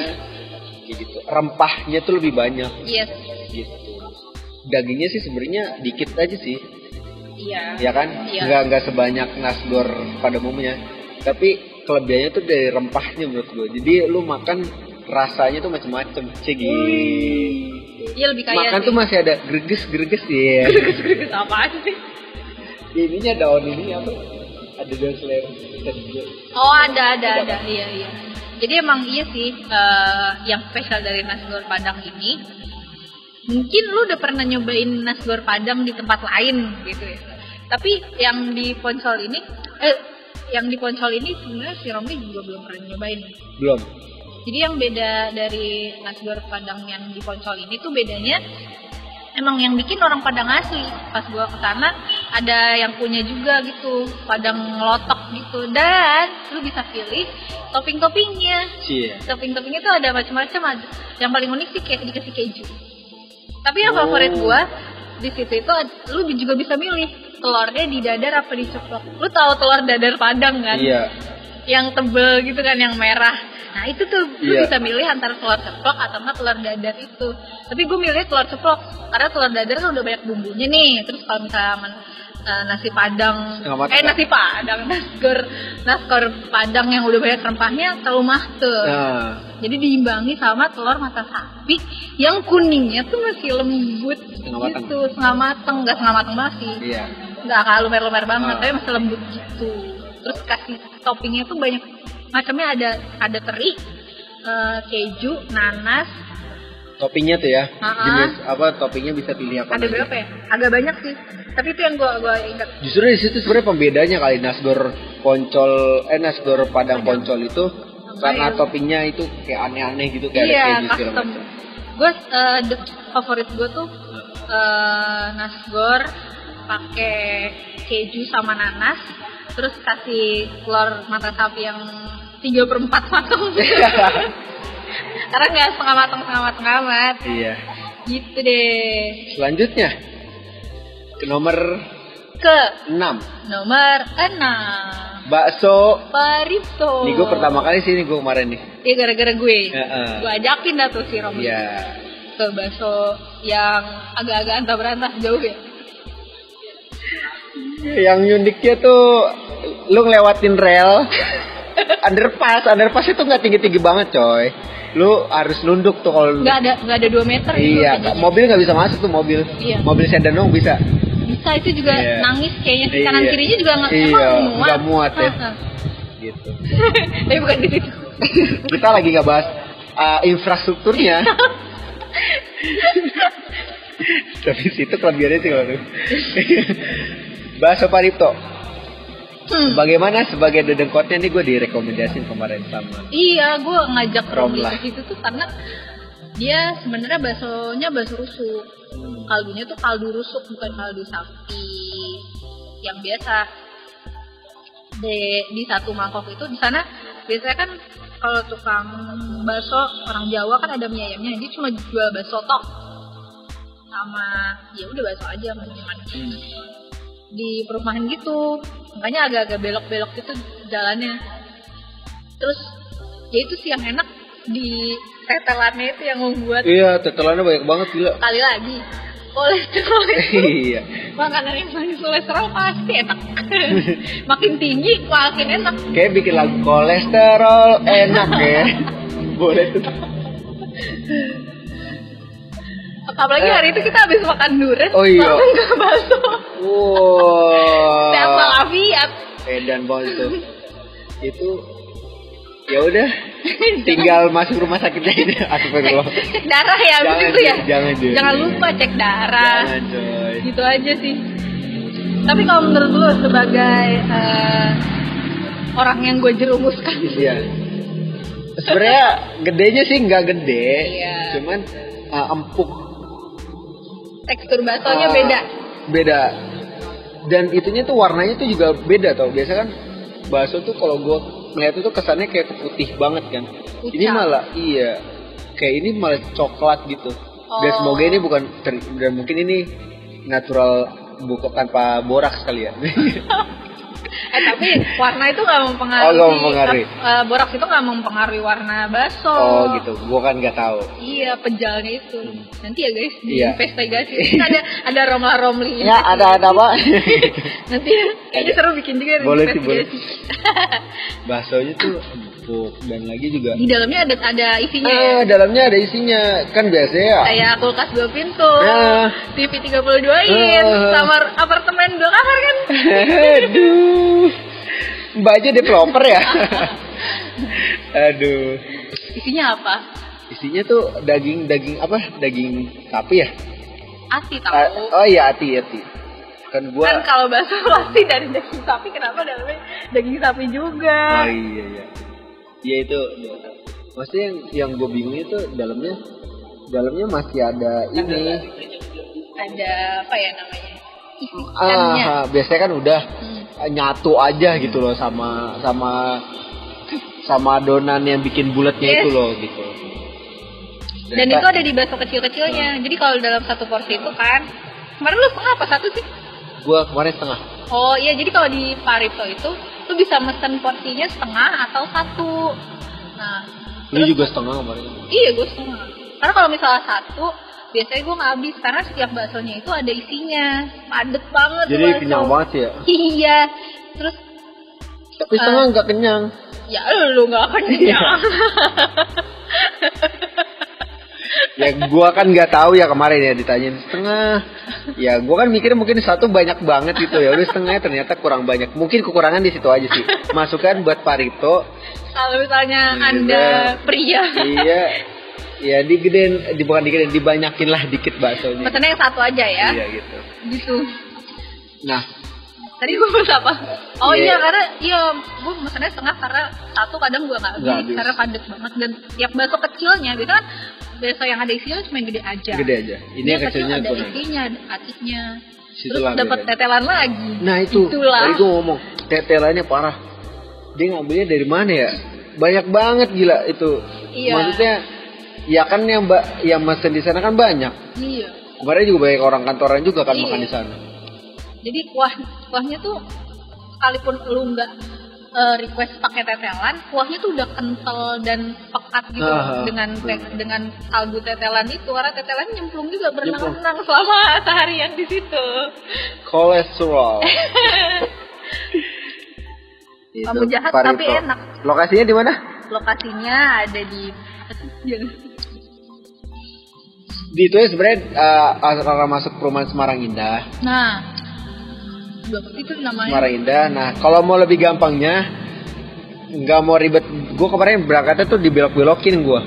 [SPEAKER 2] kayak gitu rempahnya tuh lebih banyak
[SPEAKER 1] Yes
[SPEAKER 2] gitu dagingnya sih sebenarnya dikit aja sih
[SPEAKER 1] Iya [laughs]
[SPEAKER 2] ya kan
[SPEAKER 1] Iya.
[SPEAKER 2] nggak nggak sebanyak nasgor pada umumnya tapi kelebihannya tuh dari rempahnya menurut gue jadi lu makan rasanya tuh macem-macem cegi
[SPEAKER 1] Iya lebih kaya
[SPEAKER 2] makan
[SPEAKER 1] sih.
[SPEAKER 2] tuh masih ada greges greges
[SPEAKER 1] [laughs]
[SPEAKER 2] ya
[SPEAKER 1] Greges-greges apaan sih?
[SPEAKER 2] ininya daun ini apa ada daun seler
[SPEAKER 1] Oh ada ada ada iya iya. Jadi emang iya sih eh, yang spesial dari nasgor Padang ini. Mungkin lu udah pernah nyobain nasgor Padang di tempat lain gitu ya. Tapi yang di Poncol ini eh yang di Poncol ini sebenarnya si Romi juga belum pernah nyobain.
[SPEAKER 2] belum
[SPEAKER 1] Jadi yang beda dari nasgor Padang yang di Poncol ini tuh bedanya emang yang bikin orang Padang asli. Pas gua kesana ada yang punya juga gitu, Padang ngelotok gitu. Dan lu bisa pilih topping-toppingnya.
[SPEAKER 2] cie
[SPEAKER 1] Topping-toppingnya tuh ada macam-macam. ada- Yang paling unik sih kayak dikasih keju. Tapi yang
[SPEAKER 2] Oh.
[SPEAKER 1] favorit gua di situ itu ad- lu juga bisa milih telurnya di dadar apa di ceplok. Lu tahu telur dadar Padang kan?
[SPEAKER 2] iya
[SPEAKER 1] yang tebel gitu kan yang merah nah itu tuh lu
[SPEAKER 2] Iya.
[SPEAKER 1] bisa milih antara telur ceplok atau enggak telur dadar itu tapi gue milih telur ceplok karena telur dadar kan udah banyak bumbunya nih terus kalau misalnya men- eh, nasi padang
[SPEAKER 2] Setengah matang,
[SPEAKER 1] eh
[SPEAKER 2] kan?
[SPEAKER 1] nasi padang nasgor nasgor padang yang udah banyak rempahnya terlalu mahter
[SPEAKER 2] nah
[SPEAKER 1] jadi diimbangi sama telur mata sapi yang kuningnya tuh masih lembut
[SPEAKER 2] Setengah matang.
[SPEAKER 1] gitu setengah matang nggak setengah matang banget sih
[SPEAKER 2] iya
[SPEAKER 1] nggak kalah lumer-lumer banget
[SPEAKER 2] Ah.
[SPEAKER 1] tapi masih lembut gitu terus kasih toppingnya tuh banyak macamnya ada ada teri eh, keju nanas
[SPEAKER 2] toppingnya tuh ya
[SPEAKER 1] Ha-ha.
[SPEAKER 2] jenis apa toppingnya bisa pilih apa
[SPEAKER 1] ada
[SPEAKER 2] aja.
[SPEAKER 1] berapa ya agak banyak sih tapi itu yang gua gua ingat
[SPEAKER 2] Justru di situ sebenarnya pembedanya kali nasgor poncol eh nasgor padang poncol itu karena
[SPEAKER 1] Lumayan.
[SPEAKER 2] toppingnya itu kayak aneh-aneh gitu kayak ada
[SPEAKER 1] iya
[SPEAKER 2] keju segala
[SPEAKER 1] custom
[SPEAKER 2] macam.
[SPEAKER 1] gue favorit gue tuh
[SPEAKER 2] Ah.
[SPEAKER 1] eh, nasgor pakai keju sama nanas terus kasih telur mata sapi yang tiga per empat matang
[SPEAKER 2] Iya.
[SPEAKER 1] [laughs] karena nggak setengah matang setengah matang amat
[SPEAKER 2] [laughs] Iya.
[SPEAKER 1] gitu deh
[SPEAKER 2] Selanjutnya ke nomor
[SPEAKER 1] ke
[SPEAKER 2] 6
[SPEAKER 1] nomor 6
[SPEAKER 2] bakso.
[SPEAKER 1] Parito
[SPEAKER 2] Ini gue pertama kali sih ini gue kemarin nih.
[SPEAKER 1] Oh. Iya gara-gara gue
[SPEAKER 2] Heeh.
[SPEAKER 1] Gue ajakin dah tuh si Romi
[SPEAKER 2] Iya.
[SPEAKER 1] Ke bakso yang agak-agak antah berantah jauh ya
[SPEAKER 2] Yang uniknya tuh lu ngelewatin
[SPEAKER 1] [laughs]
[SPEAKER 2] rel underpass underpass itu nggak tinggi-tinggi banget coy lu harus nunduk tuh kalau
[SPEAKER 1] Nggak ada, nggak ada 2 meter gitu
[SPEAKER 2] Hmm. iya
[SPEAKER 1] tadinya.
[SPEAKER 2] mobil nggak bisa masuk tuh mobil
[SPEAKER 1] Iya.
[SPEAKER 2] mobil sedan dong bisa
[SPEAKER 1] Bisa itu juga
[SPEAKER 2] Iya.
[SPEAKER 1] nangis kayaknya sih Kanan
[SPEAKER 2] Iya.
[SPEAKER 1] kirinya juga nggak
[SPEAKER 2] Iya,
[SPEAKER 1] emang
[SPEAKER 2] nggak muat ya.
[SPEAKER 1] Heeh.
[SPEAKER 2] gitu
[SPEAKER 1] [laughs] Tapi bukan di situ
[SPEAKER 2] kita lagi nggak bahas uh, infrastrukturnya tapi situ kelebihannya sih kalau itu. Bahasa Paripto,
[SPEAKER 1] Hmm.
[SPEAKER 2] bagaimana sebagai dedengkotnya nih gue direkomendasiin kemarin sama
[SPEAKER 1] Iya, gue ngajak Romi
[SPEAKER 2] Romlah.
[SPEAKER 1] ke situ tuh karena dia sebenarnya baksonya bakso rusuk. Kaldunya tuh kaldu rusuk bukan kaldu sapi yang biasa. Di, di satu mangkok itu di sana biasanya kan kalau tukang bakso orang Jawa kan ada mie ayamnya, dia cuma jual bakso tok sama ya udah bakso aja sama cuman
[SPEAKER 2] Hmm.
[SPEAKER 1] di perumahan gitu makanya agak-agak belok-belok gitu jalannya terus ya itu sih yang enak di tetelannya itu yang membuat
[SPEAKER 2] Iya, tetelannya banyak banget gila. [laughs]
[SPEAKER 1] kali lagi kolesterol itu
[SPEAKER 2] iya
[SPEAKER 1] makanan yang banyak kolesterol pasti enak [laughs] makin tinggi makin enak
[SPEAKER 2] kayak bikin lagu kolesterol enak ya boleh tuh
[SPEAKER 1] apalagi hari itu kita habis makan durian
[SPEAKER 2] Oh iya.
[SPEAKER 1] langsung ke bakso sehat
[SPEAKER 2] wow
[SPEAKER 1] walafiat [laughs]
[SPEAKER 2] edan banget tuh itu ya udah tinggal masuk rumah sakit aja Ah,
[SPEAKER 1] cek,
[SPEAKER 2] astagfirullah
[SPEAKER 1] cek darah ya
[SPEAKER 2] Jangan,
[SPEAKER 1] begitu ya
[SPEAKER 2] Jun, jangan, Jun.
[SPEAKER 1] lupa cek darah
[SPEAKER 2] jangan coy
[SPEAKER 1] gitu aja sih tapi kalau menurut lo sebagai eh, orang yang gue jerumuskan [laughs]
[SPEAKER 2] Iya. Sebenarnya gedenya sih nggak gede,
[SPEAKER 1] Iya.
[SPEAKER 2] cuman uh, empuk.
[SPEAKER 1] tekstur baksonya
[SPEAKER 2] Uh,
[SPEAKER 1] beda
[SPEAKER 2] Beda. Dan itunya tuh warnanya tuh juga beda tau. Biasa kan bakso tuh kalau gue melihat itu kesannya kayak putih banget kan. Ini
[SPEAKER 1] Pucat.
[SPEAKER 2] malah iya. Kayak ini malah coklat gitu. Dan
[SPEAKER 1] Oh.
[SPEAKER 2] semoga ini bukan ter- dan mungkin ini natural buka tanpa borak kali ya.
[SPEAKER 1] eh tapi warna itu nggak mempengaruhi
[SPEAKER 2] Oh, nggak mempengaruhi.
[SPEAKER 1] eh, eh, boraks itu nggak mempengaruhi warna bakso
[SPEAKER 2] [laughs] oh gitu. Gue kan nggak tahu.
[SPEAKER 1] iya pejalnya itu nanti ya guys
[SPEAKER 2] Iya.
[SPEAKER 1] diinvestigasi Mungkin ada ada romla romli
[SPEAKER 2] [laughs] Ya ada ada apa?
[SPEAKER 1] nanti ya, kayaknya seru bikin juga ya.
[SPEAKER 2] Boleh sih, [laughs] boleh.
[SPEAKER 1] investigasi.
[SPEAKER 2] Baksonya tuh empuk dan lagi juga
[SPEAKER 1] di dalamnya ada ada isinya ya?
[SPEAKER 2] Ah, dalamnya ada isinya. Kan biasanya
[SPEAKER 1] kayak kulkas dua pintu,
[SPEAKER 2] Ah.
[SPEAKER 1] TV 32 in,
[SPEAKER 2] Ah.
[SPEAKER 1] kamar apartemen dua kamar kan.
[SPEAKER 2] Aduh. Mbak aja developer [laughs] ya. Aduh.
[SPEAKER 1] Isinya apa?
[SPEAKER 2] Isinya tuh daging-daging apa? Daging sapi ya?
[SPEAKER 1] Ati tahu.
[SPEAKER 2] Ah, oh iya, hati-hati. Kan
[SPEAKER 1] Kan
[SPEAKER 2] gua
[SPEAKER 1] kalau bakso [laughs] pasti dari daging sapi, kenapa dalamnya daging sapi
[SPEAKER 2] Oh
[SPEAKER 1] juga?
[SPEAKER 2] iya iya. Iya itu. Maksudnya yang yang gue bingung itu dalamnya dalamnya masih ada ini.
[SPEAKER 1] Ada apa ya namanya? Isi ikannya.
[SPEAKER 2] Ah, biasanya kan udah
[SPEAKER 1] Hmm.
[SPEAKER 2] nyatu aja gitu loh sama sama sama adonan yang bikin bulatnya
[SPEAKER 1] Yes.
[SPEAKER 2] itu loh gitu.
[SPEAKER 1] Dan itu ada di bakso kecil-kecilnya. Jadi kalau dalam satu porsi itu kan, kemarin lu setengah apa satu sih?
[SPEAKER 2] Gua kemarin setengah.
[SPEAKER 1] Oh iya, jadi kalau di Parito itu, lu bisa mesen porsinya setengah atau satu. Nah,
[SPEAKER 2] Lu juga setengah kemarin.
[SPEAKER 1] Iya gue setengah. Karena kalau misalnya satu, biasanya gue nggak habis karena setiap baksonya itu ada isinya, padet banget. tuh
[SPEAKER 2] Jadi
[SPEAKER 1] bakso.
[SPEAKER 2] kenyang banget sih ya.
[SPEAKER 1] Iya. Terus Ah.
[SPEAKER 2] Tapi setengah nggak kenyang.
[SPEAKER 1] ya lu nggak akan
[SPEAKER 2] Iya.
[SPEAKER 1] kenyang.
[SPEAKER 2] Ya gua kan nggak tahu ya kemarin ya ditanyain setengah. Ya gua kan mikirnya mungkin satu banyak banget gitu ya. Udah setengah ternyata kurang banyak. Mungkin kekurangan di situ aja sih. Masukan buat Parito.
[SPEAKER 1] kalau misalnya
[SPEAKER 2] Iya.
[SPEAKER 1] anda pria,
[SPEAKER 2] Iya. Ya digedein, di, bukan digedein, dibanyakin lah dikit baksonya.
[SPEAKER 1] pesennya yang satu aja ya.
[SPEAKER 2] Iya gitu.
[SPEAKER 1] Gitu.
[SPEAKER 2] Nah,
[SPEAKER 1] Tadi gue pesen apa? Oh
[SPEAKER 2] Iya.
[SPEAKER 1] iya karena iya gue pesennya setengah karena satu kadang gue nggak
[SPEAKER 2] Nggak
[SPEAKER 1] habis,
[SPEAKER 2] habis.
[SPEAKER 1] karena padet banget dan tiap bakso kecilnya biasanya kan bakso yang ada isinya cuma yang gede aja.
[SPEAKER 2] gede aja. Ini yang kecilnya
[SPEAKER 1] Ya. ada
[SPEAKER 2] kurang.
[SPEAKER 1] isinya, ada atiknya.
[SPEAKER 2] Situ
[SPEAKER 1] Terus
[SPEAKER 2] lah
[SPEAKER 1] dapat
[SPEAKER 2] bedanya.
[SPEAKER 1] tetelan lagi.
[SPEAKER 2] Nah itu,
[SPEAKER 1] Itulah.
[SPEAKER 2] tadi gue ngomong tetelannya parah. Dia ngambilnya dari mana ya? Banyak banget gila itu.
[SPEAKER 1] Iya.
[SPEAKER 2] Maksudnya, ya kan yang mbak yang mesen di sana kan banyak.
[SPEAKER 1] Iya.
[SPEAKER 2] Kemarin juga banyak orang kantoran juga kan
[SPEAKER 1] Iya.
[SPEAKER 2] makan di sana.
[SPEAKER 1] Jadi kuah kuahnya tuh sekalipun lu nggak eh, request pakai tetelan, kuahnya tuh udah kental dan pekat gitu
[SPEAKER 2] Ah,
[SPEAKER 1] dengan te-
[SPEAKER 2] bener.
[SPEAKER 1] dengan kaldu tetelan itu karena tetelan nyemplung juga
[SPEAKER 2] Nyemplung.
[SPEAKER 1] berenang-renang selama seharian di situ.
[SPEAKER 2] Kolesterol. Itu,
[SPEAKER 1] [laughs] Kamu jahat,
[SPEAKER 2] Parito.
[SPEAKER 1] tapi enak.
[SPEAKER 2] Lokasinya di mana?
[SPEAKER 1] Lokasinya ada di [laughs] Jangan.
[SPEAKER 2] Di itu ya sebenarnya eh, arah masuk perumahan Semarang Indah.
[SPEAKER 1] Nah, blok itu namanya.
[SPEAKER 2] Semarang Indah. Nah, kalau mau lebih gampangnya, nggak mau ribet. Gue kemarin berangkatnya tuh dibelok-belokin gue.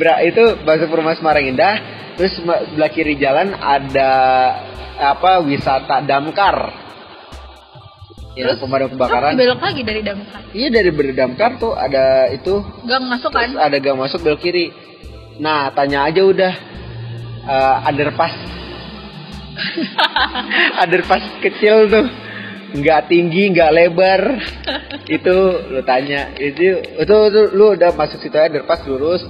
[SPEAKER 2] Bra, itu masuk rumah Semarang Indah. Terus ma- sebelah kiri jalan ada apa wisata damkar. Ya,
[SPEAKER 1] Terus,
[SPEAKER 2] pemadam
[SPEAKER 1] Terus
[SPEAKER 2] kebakaran.
[SPEAKER 1] dibelok lagi dari damkar.
[SPEAKER 2] Iya dari berdamkar tuh ada itu
[SPEAKER 1] Gang masuk kan?
[SPEAKER 2] terus ada gang masuk belok kiri. Nah, tanya aja udah eh, [laughs] underpass. underpass kecil tuh. Nggak tinggi, nggak lebar. itu lu tanya. Itu, itu itu lu udah masuk situ aja underpass lurus.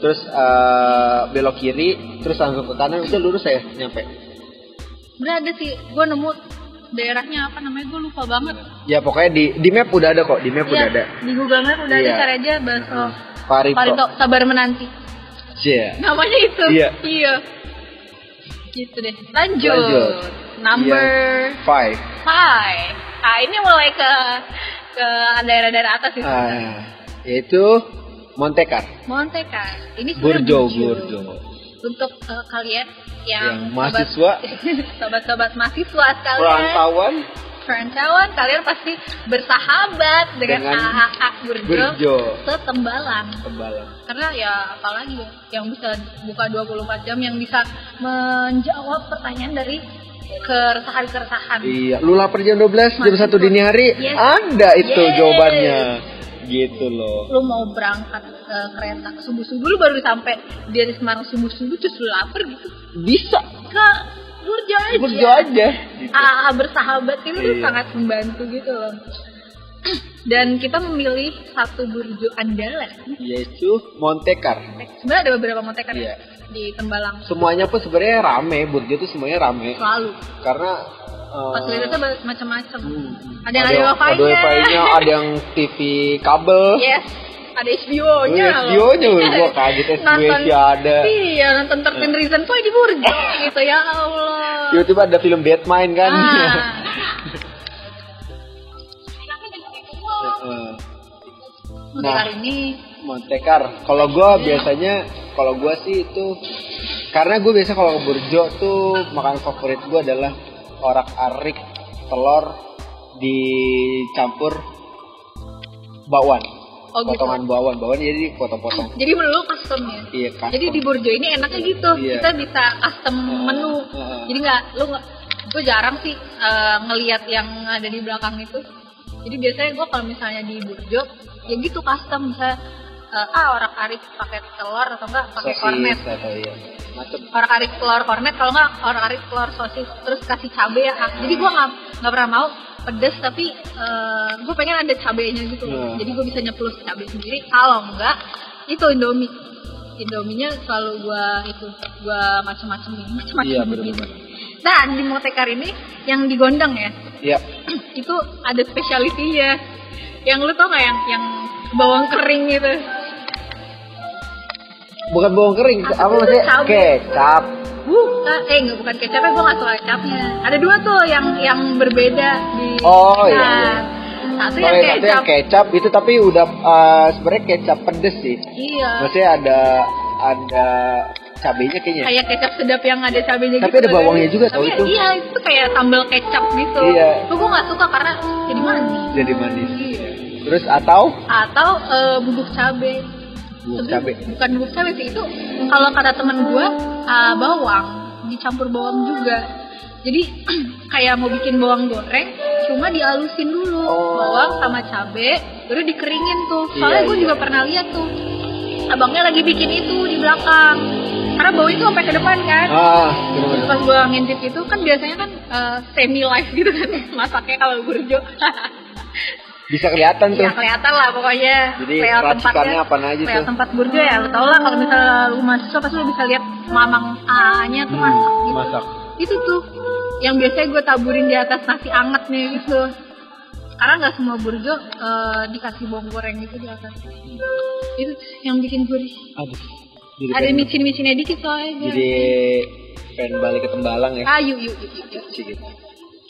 [SPEAKER 2] Terus eh, belok kiri, terus langsung ke kanan udah lurus ya nyampe.
[SPEAKER 1] Udah ada sih, gue nemu daerahnya apa namanya gue lupa banget.
[SPEAKER 2] Ya pokoknya di di map udah ada kok, di map
[SPEAKER 1] Iya,
[SPEAKER 2] udah ada.
[SPEAKER 1] Di Google Map udah
[SPEAKER 2] Iya.
[SPEAKER 1] ada cari aja bakso
[SPEAKER 2] Parito.
[SPEAKER 1] Parito sabar menanti.
[SPEAKER 2] Cie.
[SPEAKER 1] Namanya itu.
[SPEAKER 2] Iya.
[SPEAKER 1] Iya. Gitu deh. Lanjut.
[SPEAKER 2] Lanjut. Iya.
[SPEAKER 1] Number
[SPEAKER 2] Five.
[SPEAKER 1] five. Ah ini mulai ke ke daerah-daerah atas itu.
[SPEAKER 2] Ah, yaitu Montekar.
[SPEAKER 1] Monte Carlo. Ini sebenarnya
[SPEAKER 2] Burjo,
[SPEAKER 1] Burjo.
[SPEAKER 2] Burjo.
[SPEAKER 1] Untuk eh, kalian yang,
[SPEAKER 2] Yang mahasiswa.
[SPEAKER 1] sobat- [laughs] sobat-sobat mahasiswa sekalian,
[SPEAKER 2] Perantauan
[SPEAKER 1] perantauan, kalian pasti bersahabat dengan,
[SPEAKER 2] Dengan
[SPEAKER 1] AAA Burjo,
[SPEAKER 2] Burjo.
[SPEAKER 1] setembalang.
[SPEAKER 2] Tebalang.
[SPEAKER 1] karena ya apalagi ya, yang bisa buka 24 jam yang bisa menjawab pertanyaan dari keresahan-keresahan
[SPEAKER 2] Iya, lu lapar jam 12, jam 1 dini hari,
[SPEAKER 1] Yes.
[SPEAKER 2] ada itu
[SPEAKER 1] Yes.
[SPEAKER 2] jawabannya. Gitu loh.
[SPEAKER 1] lu mau berangkat ke kereta subuh-subuh lu baru sampai dari Semarang subuh-subuh terus lu lapar gitu
[SPEAKER 2] Bisa,
[SPEAKER 1] ke Burjo aja
[SPEAKER 2] Burjo aja. Gitu.
[SPEAKER 1] Ah, bersahabat ini tuh
[SPEAKER 2] Iya.
[SPEAKER 1] sangat membantu gitu loh [clears throat] dan kita memilih satu burjo andalan
[SPEAKER 2] Yaitu Montekar.
[SPEAKER 1] sebenarnya ada beberapa motekan
[SPEAKER 2] Iya.
[SPEAKER 1] di Tembalang
[SPEAKER 2] Semuanya pun sebenarnya rame, Burjo itu semuanya rame.
[SPEAKER 1] selalu
[SPEAKER 2] Karena eh,
[SPEAKER 1] fasilitasnya ba- macam-macam
[SPEAKER 2] hmm,
[SPEAKER 1] ada yang ada wifi-nya.
[SPEAKER 2] ada wifi-nya, ada yang TV kabel.
[SPEAKER 1] Yes, Iya. ada HBO-nya.
[SPEAKER 2] Ada HBO-nya,
[SPEAKER 1] [laughs]
[SPEAKER 2] gua kaget, SBC ada.
[SPEAKER 1] Iya, nonton 13 Reasons Why di Burjo gitu ya Allah.
[SPEAKER 2] Tiba-tiba ada film Batman Iya kan.
[SPEAKER 1] Ah.
[SPEAKER 2] [laughs] Heeh.
[SPEAKER 1] Untuk
[SPEAKER 2] Nah.
[SPEAKER 1] kali ini
[SPEAKER 2] Montekar. Kalau gue biasanya, kalau gue sih itu karena gue biasa kalau ke Burjo tuh makanan favorit gue adalah orak arik telur dicampur bakwan,
[SPEAKER 1] Oh, gitu.
[SPEAKER 2] potongan bakwan, bakwan jadi potong-potong.
[SPEAKER 1] jadi menurut custom ya.
[SPEAKER 2] Iya kan.
[SPEAKER 1] Jadi di Burjo ini enaknya gitu,
[SPEAKER 2] Iya. Ah,
[SPEAKER 1] kita bisa custom menu.
[SPEAKER 2] Heeh.
[SPEAKER 1] Jadi nggak, lu nggak, gue jarang sih eh, ngelihat yang ada di belakang itu. Jadi biasanya gue kalau misalnya di Burjo, ya gitu custom bisa ah orang arik pakai telur atau enggak pakai kornet.
[SPEAKER 2] sosis atau iya macem.
[SPEAKER 1] orang arik telur kornet kalau nggak orang arik telur sosis terus kasih cabe ya Kak. jadi gua nggak nggak pernah mau pedes tapi gue pengen ada cabenya gitu loh.
[SPEAKER 2] Nah.
[SPEAKER 1] jadi gue bisa nyepelus cabe sendiri kalau enggak itu indomie indominya selalu gua itu gua macam-macam ini macam-macam
[SPEAKER 2] Iya,
[SPEAKER 1] begini.
[SPEAKER 2] bener-bener.
[SPEAKER 1] nah di motekar ini yang digondang ya [clears throat]
[SPEAKER 2] Iya.
[SPEAKER 1] itu ada spesialitinya yang lu tau nggak yang yang bawang kering gitu
[SPEAKER 2] Bukan bawang kering,
[SPEAKER 1] Apa
[SPEAKER 2] apa
[SPEAKER 1] tuh?
[SPEAKER 2] maksudnya?
[SPEAKER 1] Cabai.
[SPEAKER 2] Kecap.
[SPEAKER 1] Bukan, eh nggak bukan kecapnya, gue nggak suka kecapnya. Ada dua tuh yang yang berbeda di.
[SPEAKER 2] Oh, iya,
[SPEAKER 1] Nah,
[SPEAKER 2] iya.
[SPEAKER 1] Satu
[SPEAKER 2] Kalau
[SPEAKER 1] yang
[SPEAKER 2] yang satu
[SPEAKER 1] kecap.
[SPEAKER 2] yang kecap itu tapi udah eh, sebenarnya kecap pedes sih.
[SPEAKER 1] Iya.
[SPEAKER 2] Maksudnya ada ada cabenya kayaknya. ya?
[SPEAKER 1] Kayak kecap sedap yang ada cabenya gitu.
[SPEAKER 2] iya. Tapi ada bawangnya juga tau
[SPEAKER 1] Tapi
[SPEAKER 2] itu.
[SPEAKER 1] Iya, itu kayak sambal kecap gitu.
[SPEAKER 2] Iya.
[SPEAKER 1] Tuh gue nggak suka karena jadi manis.
[SPEAKER 2] Jadi manis.
[SPEAKER 1] Iya.
[SPEAKER 2] Terus atau
[SPEAKER 1] Atau eh, bubuk cabe.
[SPEAKER 2] Bubuk
[SPEAKER 1] Tapi
[SPEAKER 2] cabe.
[SPEAKER 1] Bukan bubuk cabe sih itu. Kalau kata temen gue, eh, bawang dicampur bawang juga. Jadi [clears throat] kayak mau bikin bawang goreng, cuma dialusin dulu
[SPEAKER 2] Oh.
[SPEAKER 1] bawang sama cabe, baru dikeringin tuh. Soalnya
[SPEAKER 2] Iya,
[SPEAKER 1] gue
[SPEAKER 2] iya.
[SPEAKER 1] juga pernah lihat tuh abangnya lagi bikin itu di belakang. Karena bau itu sampai ke depan kan.
[SPEAKER 2] ah
[SPEAKER 1] Terus
[SPEAKER 2] gimana?
[SPEAKER 1] pas gue ngintip itu kan biasanya kan semi live gitu kan [laughs] masaknya kalau burjo. [laughs]
[SPEAKER 2] bisa kelihatan tuh.
[SPEAKER 1] Ya kelihatan lah pokoknya.
[SPEAKER 2] Iya. Jadi
[SPEAKER 1] Layout
[SPEAKER 2] racikannya
[SPEAKER 1] tempatnya-
[SPEAKER 2] apaan aja
[SPEAKER 1] layout
[SPEAKER 2] tuh?
[SPEAKER 1] tempat burjo ya, lo tau lah kalau misalnya lu mahasiswa pasti lu bisa lihat mamang A-nya tuh
[SPEAKER 2] Hmm,
[SPEAKER 1] masak gitu.
[SPEAKER 2] masak.
[SPEAKER 1] Itu tuh yang biasanya gue taburin di atas nasi anget nih gitu. Karena nggak semua burjo eh, dikasih bawang goreng gitu di atas. Itu yang bikin gurih.
[SPEAKER 2] Aduh. Jadi
[SPEAKER 1] Ada
[SPEAKER 2] pengen-
[SPEAKER 1] micin-micinnya dikit soalnya. gue.
[SPEAKER 2] jadi pengen balik ke Tembalang ya.
[SPEAKER 1] Ah, yuk, yuk, yuk, yuk, yuk.
[SPEAKER 2] Sih, gitu.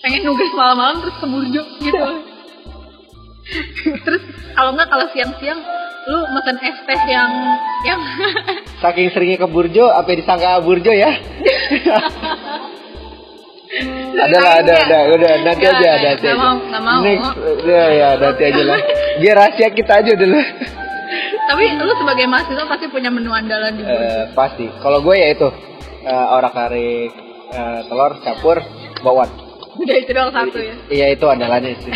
[SPEAKER 1] pengen nugas malam-malam terus ke burjo gitu terus kalau nggak kalau siang-siang lu mesen es teh yang yang
[SPEAKER 2] Saking seringnya ke Burjo, apa yang disangka Burjo ya?
[SPEAKER 1] Hmm.
[SPEAKER 2] ada lah, ada, ada, udah nanti
[SPEAKER 1] Nggak,
[SPEAKER 2] aja,
[SPEAKER 1] nggak, nggak
[SPEAKER 2] nanti aja.
[SPEAKER 1] mau, nggak mau.
[SPEAKER 2] Next, ya, ya, nanti aja lah. Biar rahasia kita aja dulu.
[SPEAKER 1] tapi lu sebagai mahasiswa pasti punya menu andalan di burjo
[SPEAKER 2] Eh, pasti. Kalau gue ya itu eh, orak arik eh, telur campur bawang.
[SPEAKER 1] udah itu doang satu ya
[SPEAKER 2] Iya itu andalannya sih.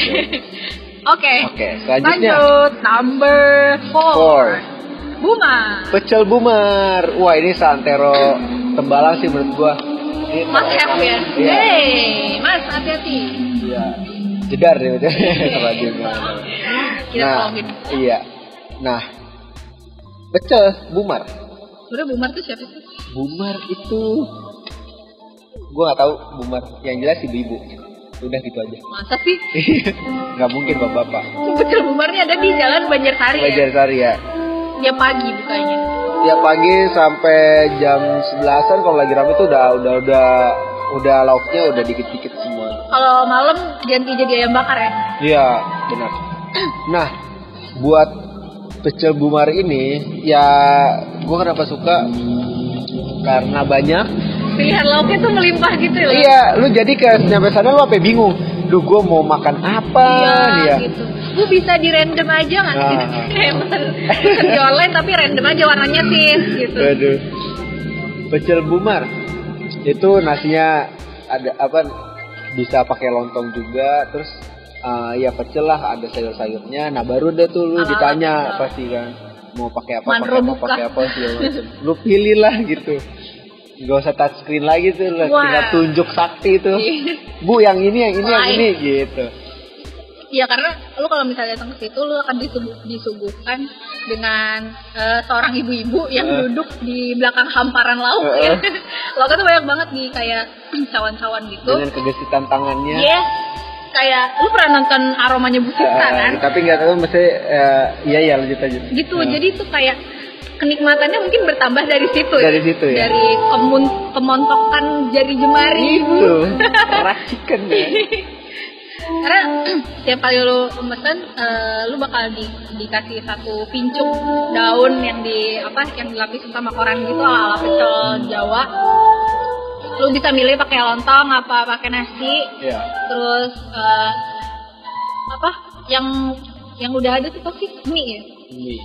[SPEAKER 1] [laughs] oke
[SPEAKER 2] Oke, selanjutnya.
[SPEAKER 1] lanjut number four,
[SPEAKER 2] Four.
[SPEAKER 1] Buma
[SPEAKER 2] Pecel bumer. Wah ini santero tembalang sih menurut gua. Ini
[SPEAKER 1] Mas F ya
[SPEAKER 2] Iya.
[SPEAKER 1] Hey, Mas hati-hati
[SPEAKER 2] Iya. Jedar nih betul. [laughs] Sama dia bilang.
[SPEAKER 1] kita
[SPEAKER 2] Nah,
[SPEAKER 1] tolongin
[SPEAKER 2] iya. Nah, pecel bumer.
[SPEAKER 1] sebenernya Bumar tuh siapa sih?
[SPEAKER 2] Bumer itu gua nggak tahu bumer. Yang jelas ibu-ibu. Udah gitu aja.
[SPEAKER 1] masa sih?
[SPEAKER 2] [laughs] nggak mungkin bapak-bapak.
[SPEAKER 1] Pecel Bumarnya ada di Jalan Banjarsari ya?
[SPEAKER 2] Belajar sari ya.
[SPEAKER 1] Tiap pagi bukanya
[SPEAKER 2] tiap pagi sampai jam 11-an kalau lagi rame tuh udah udah udah udah lauknya udah dikit-dikit semua.
[SPEAKER 1] Kalau malam ganti jadi ayam bakar ya.
[SPEAKER 2] Iya, benar. Nah, buat pecel bumar ini ya gua kenapa suka karena banyak
[SPEAKER 1] Pilihan lauknya tuh melimpah gitu ya.
[SPEAKER 2] Iya, lu jadi ke nyampe sana lu apa bingung? Lu gue mau makan apa?
[SPEAKER 1] Iya,
[SPEAKER 2] Iya.
[SPEAKER 1] gitu. Gue bisa di random aja nggak sih?
[SPEAKER 2] Ah.
[SPEAKER 1] Kayak pesen, pesen di online tapi random aja warnanya sih gitu.
[SPEAKER 2] Waduh. Pecel bumar. Itu nasinya ada apa? Bisa pakai lontong juga, terus eh, ya pecel lah ada sayur-sayurnya. Nah, baru deh tuh lu
[SPEAKER 1] Ala-ala
[SPEAKER 2] ditanya
[SPEAKER 1] Ah, pecel.
[SPEAKER 2] pasti kan mau pakai apa, pakai
[SPEAKER 1] Manro
[SPEAKER 2] apa,
[SPEAKER 1] buka.
[SPEAKER 2] pakai apa segala macam. Lu pilih lah gitu. Gak usah touchscreen lagi tuh, lu
[SPEAKER 1] Wah.
[SPEAKER 2] tinggal tunjuk sakti itu. Bu, yang ini, yang ini, yang
[SPEAKER 1] Lain.
[SPEAKER 2] ini gitu.
[SPEAKER 1] Iya karena lu kalau misalnya datang ke situ lu akan disugu- disuguhkan dengan eh, seorang ibu-ibu yang
[SPEAKER 2] Eh.
[SPEAKER 1] duduk di belakang hamparan lauk
[SPEAKER 2] Eh,
[SPEAKER 1] ya. [laughs]
[SPEAKER 2] eh.
[SPEAKER 1] Lauknya tuh banyak banget di kayak [clears throat] cawan-cawan gitu.
[SPEAKER 2] Dengan kegesitan tangannya.
[SPEAKER 1] Yes. Kayak lu pernah nonton aromanya busita
[SPEAKER 2] Eh,
[SPEAKER 1] kan?
[SPEAKER 2] tapi nggak tahu mesti eh, iya ya lanjut lanjut
[SPEAKER 1] gitu
[SPEAKER 2] Eh,
[SPEAKER 1] jadi itu kayak kenikmatannya mungkin bertambah dari situ
[SPEAKER 2] Dari situ ya?
[SPEAKER 1] dari kemun kemontokan jari jemari
[SPEAKER 2] itu racikan ya
[SPEAKER 1] [laughs] karena tiap kali lu mesen eh, lu bakal di- dikasih satu pincuk daun yang di apa yang dilapis sama koran gitu ala ala pecel Jawa lu bisa milih pakai lontong apa pakai nasi
[SPEAKER 2] Iya.
[SPEAKER 1] terus eh, apa yang yang udah ada tuh pasti mie ya
[SPEAKER 2] Ini.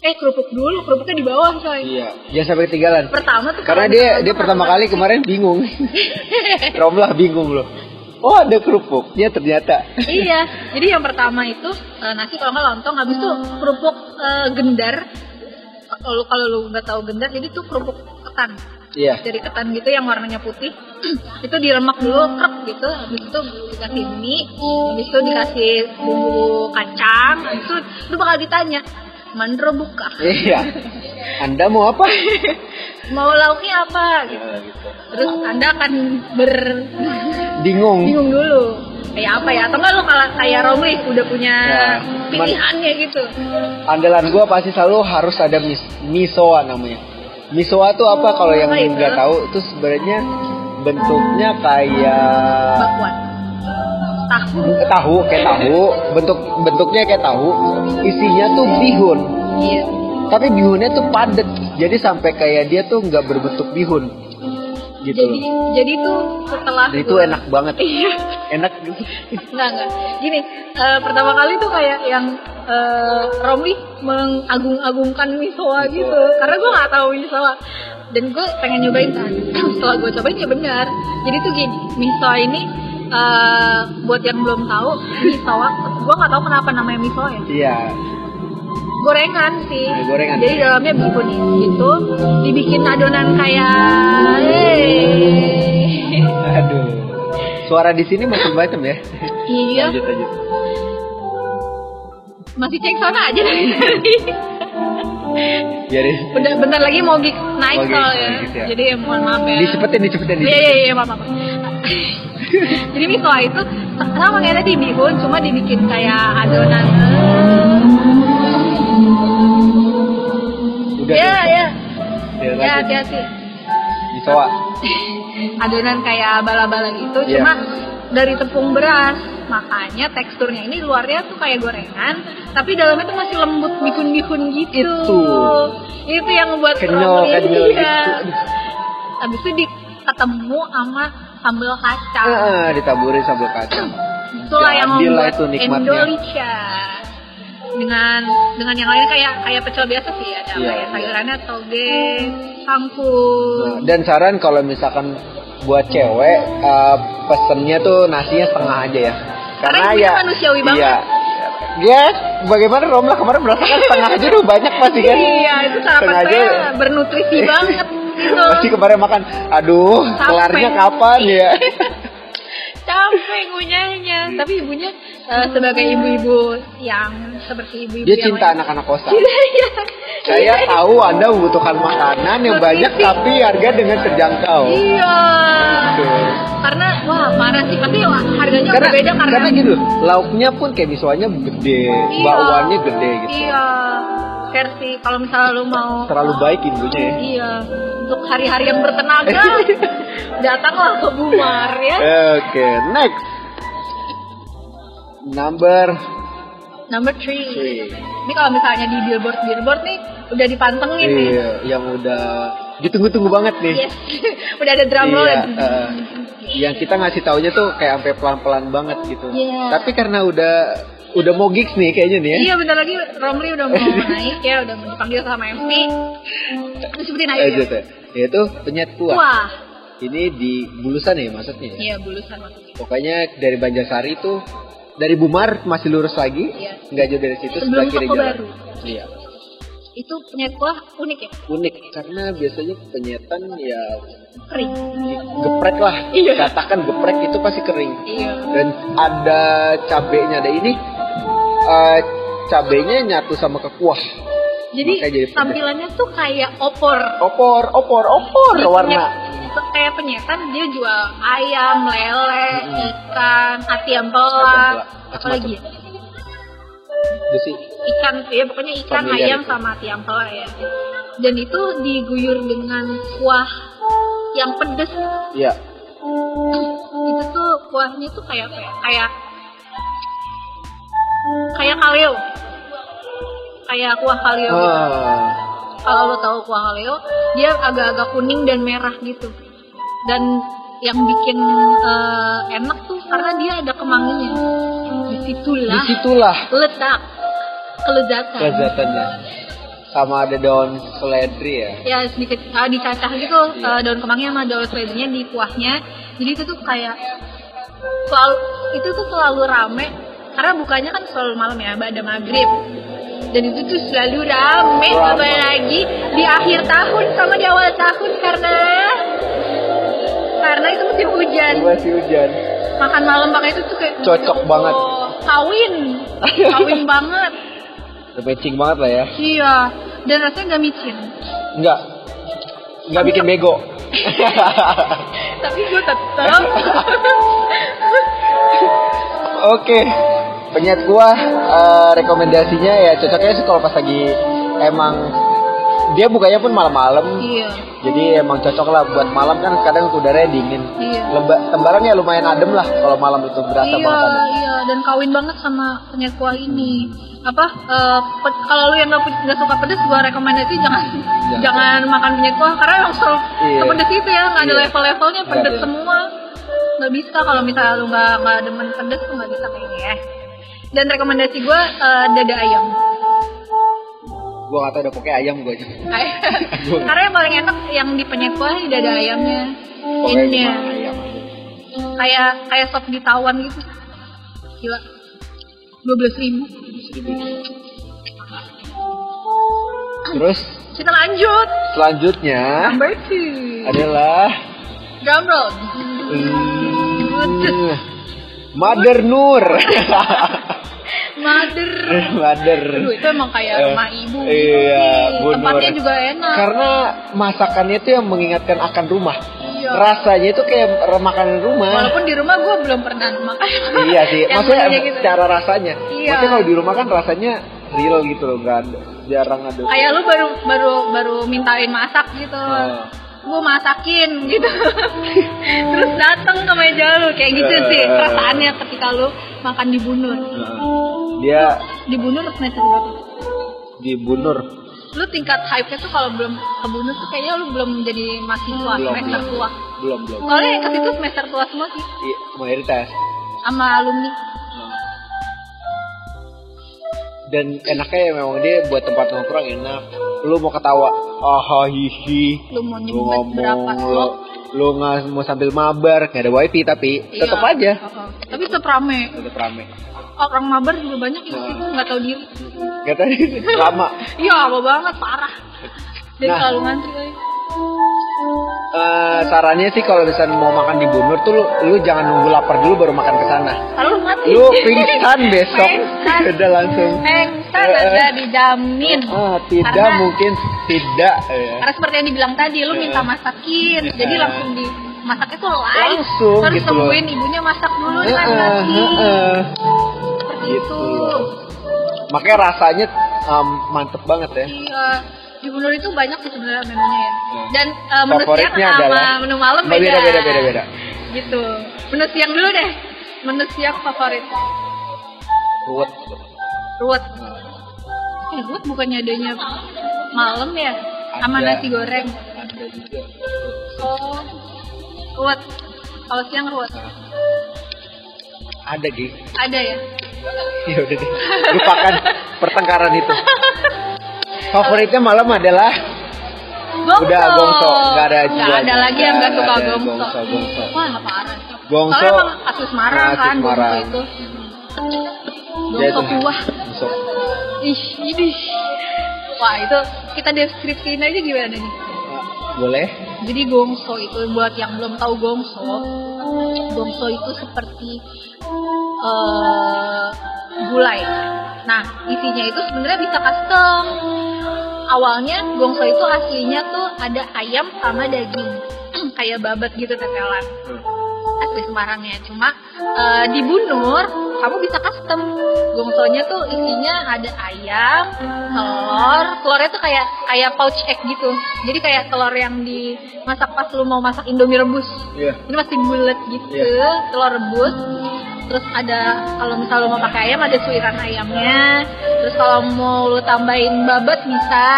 [SPEAKER 1] eh kerupuk dulu kerupuknya di bawah coy
[SPEAKER 2] iya jangan sampai ketinggalan
[SPEAKER 1] pertama tuh
[SPEAKER 2] Iya. karena
[SPEAKER 1] kalau
[SPEAKER 2] dia
[SPEAKER 1] misalnya
[SPEAKER 2] dia
[SPEAKER 1] gua
[SPEAKER 2] pertama
[SPEAKER 1] nggak-
[SPEAKER 2] kali kemarin [laughs] bingung Romlah bingung loh oh ada kerupuknya ternyata
[SPEAKER 1] [laughs] iya jadi yang pertama itu eh, nasi kalau nggak lontong habis itu
[SPEAKER 2] Hmm.
[SPEAKER 1] kerupuk eh, gendar kalau kalau lu nggak tahu gendar jadi tuh kerupuk ketan
[SPEAKER 2] iya
[SPEAKER 1] dari ketan gitu yang warnanya putih [clears throat] itu diremak dulu krek gitu habis itu dikasih mie habis itu dikasih bumbu kacang habis itu lu bakal ditanya mandro buka
[SPEAKER 2] iya anda mau apa
[SPEAKER 1] mau lauknya apa gitu
[SPEAKER 2] Iya, gitu.
[SPEAKER 1] terus anda akan ber [laughs]
[SPEAKER 2] bingung
[SPEAKER 1] bingung dulu kayak apa ya atau enggak lo kalau kayak Romli udah punya
[SPEAKER 2] Nah,
[SPEAKER 1] pilihannya gitu
[SPEAKER 2] andalan gua pasti selalu harus ada mis misoa namanya misoa tuh Oh, apa kalau yang
[SPEAKER 1] Apa itu?
[SPEAKER 2] nggak tahu itu sebenarnya bentuknya kayak
[SPEAKER 1] bakwan tahu
[SPEAKER 2] tahu kayak tahu bentuk bentuknya kayak tahu isinya tuh bihun
[SPEAKER 1] iya
[SPEAKER 2] tapi bihunnya tuh padet jadi sampai kayak dia tuh nggak berbentuk bihun gitu
[SPEAKER 1] jadi
[SPEAKER 2] loh
[SPEAKER 1] jadi tuh setelah
[SPEAKER 2] Dan itu
[SPEAKER 1] gua-
[SPEAKER 2] enak banget
[SPEAKER 1] iya
[SPEAKER 2] enak gitu
[SPEAKER 1] enggak Nah, enggak gini eh, pertama kali tuh kayak yang eh, Romli mengagung-agungkan misoa gitu karena gue nggak tahu misoa dan gue pengen nyobain kan [clears throat] setelah gue cobain ya benar jadi tuh gini misoa ini eh, buat yang belum tahu misoa gue nggak tahu kenapa namanya misoa ya
[SPEAKER 2] iya
[SPEAKER 1] gorengan sih
[SPEAKER 2] Ya, gorengan.
[SPEAKER 1] jadi dalamnya bihun gitu dibikin adonan kayak eh,
[SPEAKER 2] aduh suara di sini macam-macam ya
[SPEAKER 1] iya
[SPEAKER 2] lanjut lanjut
[SPEAKER 1] masih cek sana aja [laughs]
[SPEAKER 2] jadi
[SPEAKER 1] bentar, bentar lagi mau gig naik
[SPEAKER 2] Mau gig,
[SPEAKER 1] soalnya
[SPEAKER 2] mau gig, ya.
[SPEAKER 1] jadi ya, mohon maaf ya
[SPEAKER 2] dicepetin dicepetin
[SPEAKER 1] iya
[SPEAKER 2] dicepetin.
[SPEAKER 1] iya iya maaf maaf [laughs] jadi misoa itu sama kayak tadi bihun cuma dibikin kayak adonan
[SPEAKER 2] udah
[SPEAKER 1] iya iya
[SPEAKER 2] ya,
[SPEAKER 1] ya hati-hati
[SPEAKER 2] misoa
[SPEAKER 1] adonan kayak bala-bala gitu
[SPEAKER 2] Iya.
[SPEAKER 1] cuma dari tepung beras makanya teksturnya ini luarnya tuh kayak gorengan tapi dalamnya tuh masih lembut bihun-bihun gitu
[SPEAKER 2] Itu.
[SPEAKER 1] itu yang buat
[SPEAKER 2] kenyal
[SPEAKER 1] ramen,
[SPEAKER 2] kenyal
[SPEAKER 1] iya.
[SPEAKER 2] gitu
[SPEAKER 1] abis itu di, ketemu sama sambal kacang
[SPEAKER 2] ah, ditaburi sambal kacang
[SPEAKER 1] itulah yang
[SPEAKER 2] Jadilah
[SPEAKER 1] membuat
[SPEAKER 2] itu nikmatnya.
[SPEAKER 1] Indonesia dengan dengan yang lain kayak kayak pecel biasa sih ada
[SPEAKER 2] Iya,
[SPEAKER 1] kayak
[SPEAKER 2] iya.
[SPEAKER 1] sayurannya toge kangkung
[SPEAKER 2] Nah, Dan saran kalau misalkan buat cewek eh, pesennya tuh nasinya setengah aja ya.
[SPEAKER 1] Karena ini manusiawi banget.
[SPEAKER 2] Iya. Ya, bagaimana Romlah kemarin merasakan setengah aja tuh banyak pasti kan.
[SPEAKER 1] Iya, itu sarapan
[SPEAKER 2] Sengaja. Iya.
[SPEAKER 1] saya bernutrisi banget gitu.
[SPEAKER 2] [laughs] Pasti kemarin makan, aduh,
[SPEAKER 1] Sampai.
[SPEAKER 2] kelarnya kapan
[SPEAKER 1] Iya.
[SPEAKER 2] ya?
[SPEAKER 1] Capek ngunyahnya, tapi ibunya eh, sebagai ibu-ibu yang seperti ibu-ibu
[SPEAKER 2] Dia
[SPEAKER 1] yang
[SPEAKER 2] cinta
[SPEAKER 1] lain.
[SPEAKER 2] anak-anak kosan.
[SPEAKER 1] [laughs] Iya.
[SPEAKER 2] Saya tahu Anda membutuhkan makanan yang banyak
[SPEAKER 1] Nutrisi.
[SPEAKER 2] tapi harga dengan terjangkau.
[SPEAKER 1] Iya.
[SPEAKER 2] Tuh.
[SPEAKER 1] Karena wah parah sih pasti wah, harganya
[SPEAKER 2] Karena,
[SPEAKER 1] berbeda karena,
[SPEAKER 2] karena gitu, lauknya pun kayak misoanya gede,
[SPEAKER 1] Iya.
[SPEAKER 2] bakwannya gede gitu.
[SPEAKER 1] Iya. care sih kalau misalnya lu mau
[SPEAKER 2] terlalu baik infonya ya
[SPEAKER 1] iya untuk hari-hari yang
[SPEAKER 2] [laughs]
[SPEAKER 1] bertenaga datanglah ke Bumar ya
[SPEAKER 2] Eh. okay, next number
[SPEAKER 1] number three
[SPEAKER 2] three
[SPEAKER 1] ini kalau misalnya di billboard billboard nih udah dipantengin nih
[SPEAKER 2] Iya, yang udah ditunggu-tunggu banget nih.
[SPEAKER 1] yes [laughs] udah ada drum roll
[SPEAKER 2] Iya,
[SPEAKER 1] dan
[SPEAKER 2] eh, yang kita ngasih taunya tuh kayak sampai pelan-pelan banget gitu.
[SPEAKER 1] Iya.
[SPEAKER 2] Tapi karena udah udah mau gigs nih kayaknya nih ya.
[SPEAKER 1] Iya bentar lagi Romli
[SPEAKER 2] [laughs]
[SPEAKER 1] udah mau naik ya, udah mau dipanggil sama MC. Terus sebutin aja.
[SPEAKER 2] Eh,
[SPEAKER 1] ya.
[SPEAKER 2] gitu ya. Yaitu penyet kuah.
[SPEAKER 1] Wah,
[SPEAKER 2] Ini di Bulusan ya maksudnya. ya?
[SPEAKER 1] iya bulusan maksudnya.
[SPEAKER 2] Pokoknya dari Banjarsari tuh dari Bumar masih lurus lagi,
[SPEAKER 1] Iya.
[SPEAKER 2] nggak jauh dari situ
[SPEAKER 1] Sebelum
[SPEAKER 2] sebelah kiri
[SPEAKER 1] toko
[SPEAKER 2] jalan.
[SPEAKER 1] baru.
[SPEAKER 2] Iya.
[SPEAKER 1] Itu penyet kuah unik ya,
[SPEAKER 2] Unik karena biasanya penyetan ya
[SPEAKER 1] kering.
[SPEAKER 2] geprek lah.
[SPEAKER 1] Iya.
[SPEAKER 2] Katakan geprek itu pasti kering.
[SPEAKER 1] Iya.
[SPEAKER 2] dan ada cabenya ada ini eh, cabenya nyatu sama ke kuah
[SPEAKER 1] Jadi
[SPEAKER 2] Makanya jadi pedas.
[SPEAKER 1] tampilannya tuh kayak opor.
[SPEAKER 2] opor opor opor
[SPEAKER 1] Jadi
[SPEAKER 2] warna
[SPEAKER 1] penyet- kayak penyetan dia jual ayam, lele, ikan, hati ampela,
[SPEAKER 2] Ati ampela.
[SPEAKER 1] apa lagi? ya?
[SPEAKER 2] itu sih
[SPEAKER 1] Ikan, ya pokoknya ikan,
[SPEAKER 2] Familiar
[SPEAKER 1] ayam
[SPEAKER 2] itu.
[SPEAKER 1] sama hati ampela ya. Dan itu diguyur dengan kuah yang pedes
[SPEAKER 2] ya
[SPEAKER 1] itu tuh kuahnya tuh kayak apa ya? kayak kayak kaleo kayak kuah
[SPEAKER 2] Iya.
[SPEAKER 1] kaleo gitu.
[SPEAKER 2] Ah,
[SPEAKER 1] kalau lo tahu kuah kaleo dia agak-agak kuning dan merah gitu dan yang bikin eh, enak tuh karena dia ada kemanginya disitulah
[SPEAKER 2] disitulah
[SPEAKER 1] letak kelezatan
[SPEAKER 2] kelezatannya sama ada daun seledri ya
[SPEAKER 1] ya sedikit ah, dicacah gitu eh, daun kemangi sama daun seledrinya di kuahnya jadi itu tuh kayak selalu itu tuh selalu rame karena bukanya kan selalu malam ya pada maghrib dan itu tuh selalu rame
[SPEAKER 2] Rame.
[SPEAKER 1] tambah lagi di akhir tahun sama di awal tahun karena karena itu musim hujan
[SPEAKER 2] masih hujan
[SPEAKER 1] makan malam pakai itu tuh kayak gitu.
[SPEAKER 2] Cocok banget.
[SPEAKER 1] kawin kawin banget
[SPEAKER 2] udah matching banget lah ya
[SPEAKER 1] iya dan rasanya nggak micin
[SPEAKER 2] enggak enggak bikin bego
[SPEAKER 1] tapi gue tetap
[SPEAKER 2] [laughs] Oke, penyet gua eh, rekomendasinya ya cocoknya sih kalau pas lagi emang dia bukanya pun malam-malam.
[SPEAKER 1] iya
[SPEAKER 2] Jadi emang cocok lah buat malam kan kadang udaranya dingin.
[SPEAKER 1] Iya.
[SPEAKER 2] Lemba, tembaran ya lumayan adem lah kalau malam itu berasa
[SPEAKER 1] iya
[SPEAKER 2] banget. adem.
[SPEAKER 1] iya dan kawin banget sama penyet kuah ini apa eh, pe- kalau lu yang nggak pe- nggak suka pedes gua rekomendasi jangan jangan,
[SPEAKER 2] Jangan.
[SPEAKER 1] makan penyet kuah karena langsung
[SPEAKER 2] Iya.
[SPEAKER 1] sepedes itu ya nggak ada
[SPEAKER 2] Iya.
[SPEAKER 1] level-levelnya
[SPEAKER 2] Nggak
[SPEAKER 1] pedes
[SPEAKER 2] ada.
[SPEAKER 1] semua nggak bisa kalau misalnya lu nggak nggak demen pedes tuh nggak bisa kayaknya ya dan rekomendasi gua eh, dada
[SPEAKER 2] [laughs]
[SPEAKER 1] ayam
[SPEAKER 2] Gua nggak tahu udah pokoknya ayam gua aja.
[SPEAKER 1] karena yang paling enak yang di penyet kuah ini dada ayamnya
[SPEAKER 2] Pokoknya
[SPEAKER 1] ini
[SPEAKER 2] cuma ayam.
[SPEAKER 1] kayak kayak sop ditawan gitu gila dua belas ribu
[SPEAKER 2] Terus
[SPEAKER 1] kita lanjut
[SPEAKER 2] selanjutnya
[SPEAKER 1] number two
[SPEAKER 2] adalah
[SPEAKER 1] drum roll
[SPEAKER 2] hmm, Mother Nur. [laughs]
[SPEAKER 1] mother
[SPEAKER 2] Mother.
[SPEAKER 1] Aduh, itu emang
[SPEAKER 2] Eh,
[SPEAKER 1] kayak rumah ibu gitu
[SPEAKER 2] iya,
[SPEAKER 1] sih.
[SPEAKER 2] Bu
[SPEAKER 1] tempatnya
[SPEAKER 2] Nur.
[SPEAKER 1] juga enak
[SPEAKER 2] Karena masakannya itu yang mengingatkan akan rumah.
[SPEAKER 1] Iya.
[SPEAKER 2] Rasanya itu kayak re- makanan rumah.
[SPEAKER 1] walaupun di rumah gue belum pernah makan
[SPEAKER 2] [laughs] iya sih,
[SPEAKER 1] Yang
[SPEAKER 2] maksudnya
[SPEAKER 1] kayak gitu.
[SPEAKER 2] cara rasanya.
[SPEAKER 1] Iya.
[SPEAKER 2] Maksudnya kalau di rumah kan rasanya real gitu loh, nggak ada, jarang ada.
[SPEAKER 1] kayak lu baru baru baru mintain masak gitu
[SPEAKER 2] Oh.
[SPEAKER 1] gue masakin gitu
[SPEAKER 2] [laughs]
[SPEAKER 1] terus datang ke meja lu kayak gitu sih
[SPEAKER 2] Eh.
[SPEAKER 1] perasaannya ketika lu makan di bunur
[SPEAKER 2] Dia
[SPEAKER 1] di bunur semester berapa
[SPEAKER 2] di Bunur.
[SPEAKER 1] lu tingkat hype-nya tuh kalau belum ke bunur tuh kayaknya lu belum jadi mahasiswa
[SPEAKER 2] Hmm, Belum,
[SPEAKER 1] semester
[SPEAKER 2] belum.
[SPEAKER 1] tua
[SPEAKER 2] Belum, belum.
[SPEAKER 1] soalnya yang ke situ semester tua semua sih
[SPEAKER 2] Iya, mayoritas.
[SPEAKER 1] sama alumni
[SPEAKER 2] Dan enaknya ya memang dia buat tempat nongkrong enak. Lu mau ketawa, ah hihi.
[SPEAKER 1] lu mau
[SPEAKER 2] Lu
[SPEAKER 1] nyumbet
[SPEAKER 2] ngomong,
[SPEAKER 1] berapa
[SPEAKER 2] lu,
[SPEAKER 1] slot
[SPEAKER 2] lu nggak mau sambil mabar, nggak ada wifi tapi
[SPEAKER 1] Iya.
[SPEAKER 2] tetap aja.
[SPEAKER 1] Heeh. tapi tetap rame
[SPEAKER 2] Tetap rame.
[SPEAKER 1] orang mabar juga banyak yang sih
[SPEAKER 2] Hmm.
[SPEAKER 1] nggak tahu diri
[SPEAKER 2] Kata [laughs] lama.
[SPEAKER 1] iya lama banget parah dan
[SPEAKER 2] Nah.
[SPEAKER 1] selalu ngantri lagi.
[SPEAKER 2] Eh, sarannya sih kalau misalnya mau makan di Bunur tuh lu, lu jangan nunggu lapar dulu baru makan ke sana.
[SPEAKER 1] selalu mati
[SPEAKER 2] Lu
[SPEAKER 1] [laughs]
[SPEAKER 2] pingsan besok.
[SPEAKER 1] Pingsan.
[SPEAKER 2] [laughs] Udah langsung.
[SPEAKER 1] pengsan
[SPEAKER 2] Eh, eh.
[SPEAKER 1] ada dijamin
[SPEAKER 2] Ah, tidak
[SPEAKER 1] Karena-
[SPEAKER 2] mungkin tidak ya.
[SPEAKER 1] Karena seperti yang dibilang tadi, lu minta masakin,
[SPEAKER 2] Iya.
[SPEAKER 1] jadi langsung di masaknya tuh live.
[SPEAKER 2] Langsung
[SPEAKER 1] Terus
[SPEAKER 2] gitu loh.
[SPEAKER 1] tungguin ibunya masak dulu kan
[SPEAKER 2] Heeh,
[SPEAKER 1] lagi.
[SPEAKER 2] heeh.
[SPEAKER 1] Seperti
[SPEAKER 2] Gitu
[SPEAKER 1] itu.
[SPEAKER 2] loh. Makanya rasanya um, mantep banget ya.
[SPEAKER 1] Iya, di Bunur itu banyak sih sebenarnya menunya ya.
[SPEAKER 2] Iya.
[SPEAKER 1] Dan eh, menu siang
[SPEAKER 2] Favoritnya
[SPEAKER 1] sama
[SPEAKER 2] adalah- Oh,
[SPEAKER 1] menu malam beda.
[SPEAKER 2] Beda beda beda beda.
[SPEAKER 1] Gitu. Menu siang dulu deh. Menu siang favorit.
[SPEAKER 2] Ruwet.
[SPEAKER 1] Ruwet. Eh, ruwet bukannya adanya malam ya? Sama
[SPEAKER 2] Ada.
[SPEAKER 1] nasi goreng.
[SPEAKER 2] Ada juga.
[SPEAKER 1] Oh. Ruwet. Kalau siang ruwet.
[SPEAKER 2] Ada gih.
[SPEAKER 1] Ada ya?
[SPEAKER 2] Ya udah deh. Lupakan pertengkaran itu. Favoritnya malam adalah
[SPEAKER 1] Gongso.
[SPEAKER 2] Udah, gongso. Nggak ada juga.
[SPEAKER 1] Nggak ada lagi yang nggak
[SPEAKER 2] Nggak
[SPEAKER 1] suka
[SPEAKER 2] ada
[SPEAKER 1] gongso.
[SPEAKER 2] gongso, gongso.
[SPEAKER 1] Wah, parah.
[SPEAKER 2] Gongso.
[SPEAKER 1] Soalnya emang kasus marah
[SPEAKER 2] Kasus
[SPEAKER 1] kan,
[SPEAKER 2] marah.
[SPEAKER 1] gongso itu. Gongso
[SPEAKER 2] Ya, itu.
[SPEAKER 1] kuah.
[SPEAKER 2] Gongso.
[SPEAKER 1] Ih, ini. Wah, itu kita deskripsiin aja gimana nih.
[SPEAKER 2] Boleh?
[SPEAKER 1] Jadi gongso itu buat yang belum tahu gongso, gongso itu seperti eh gulai. Nah, isinya itu sebenarnya bisa custom. Awalnya gongso itu aslinya tuh ada ayam sama daging, [clears throat] kayak babat gitu tetelan asli Semarangnya. Cuma eh, di Bunur kamu bisa custom. Gongsonya tuh isinya ada ayam, telur, telurnya tuh kayak kayak pouch egg gitu. Jadi kayak telur yang dimasak pas lu mau masak Indomie rebus.
[SPEAKER 2] Iya.
[SPEAKER 1] Ini masih bulat gitu,
[SPEAKER 2] Iya.
[SPEAKER 1] telur rebus. Terus ada kalau misal lu mau pakai ayam ada suiran ayamnya. Terus kalau mau lu tambahin babat bisa,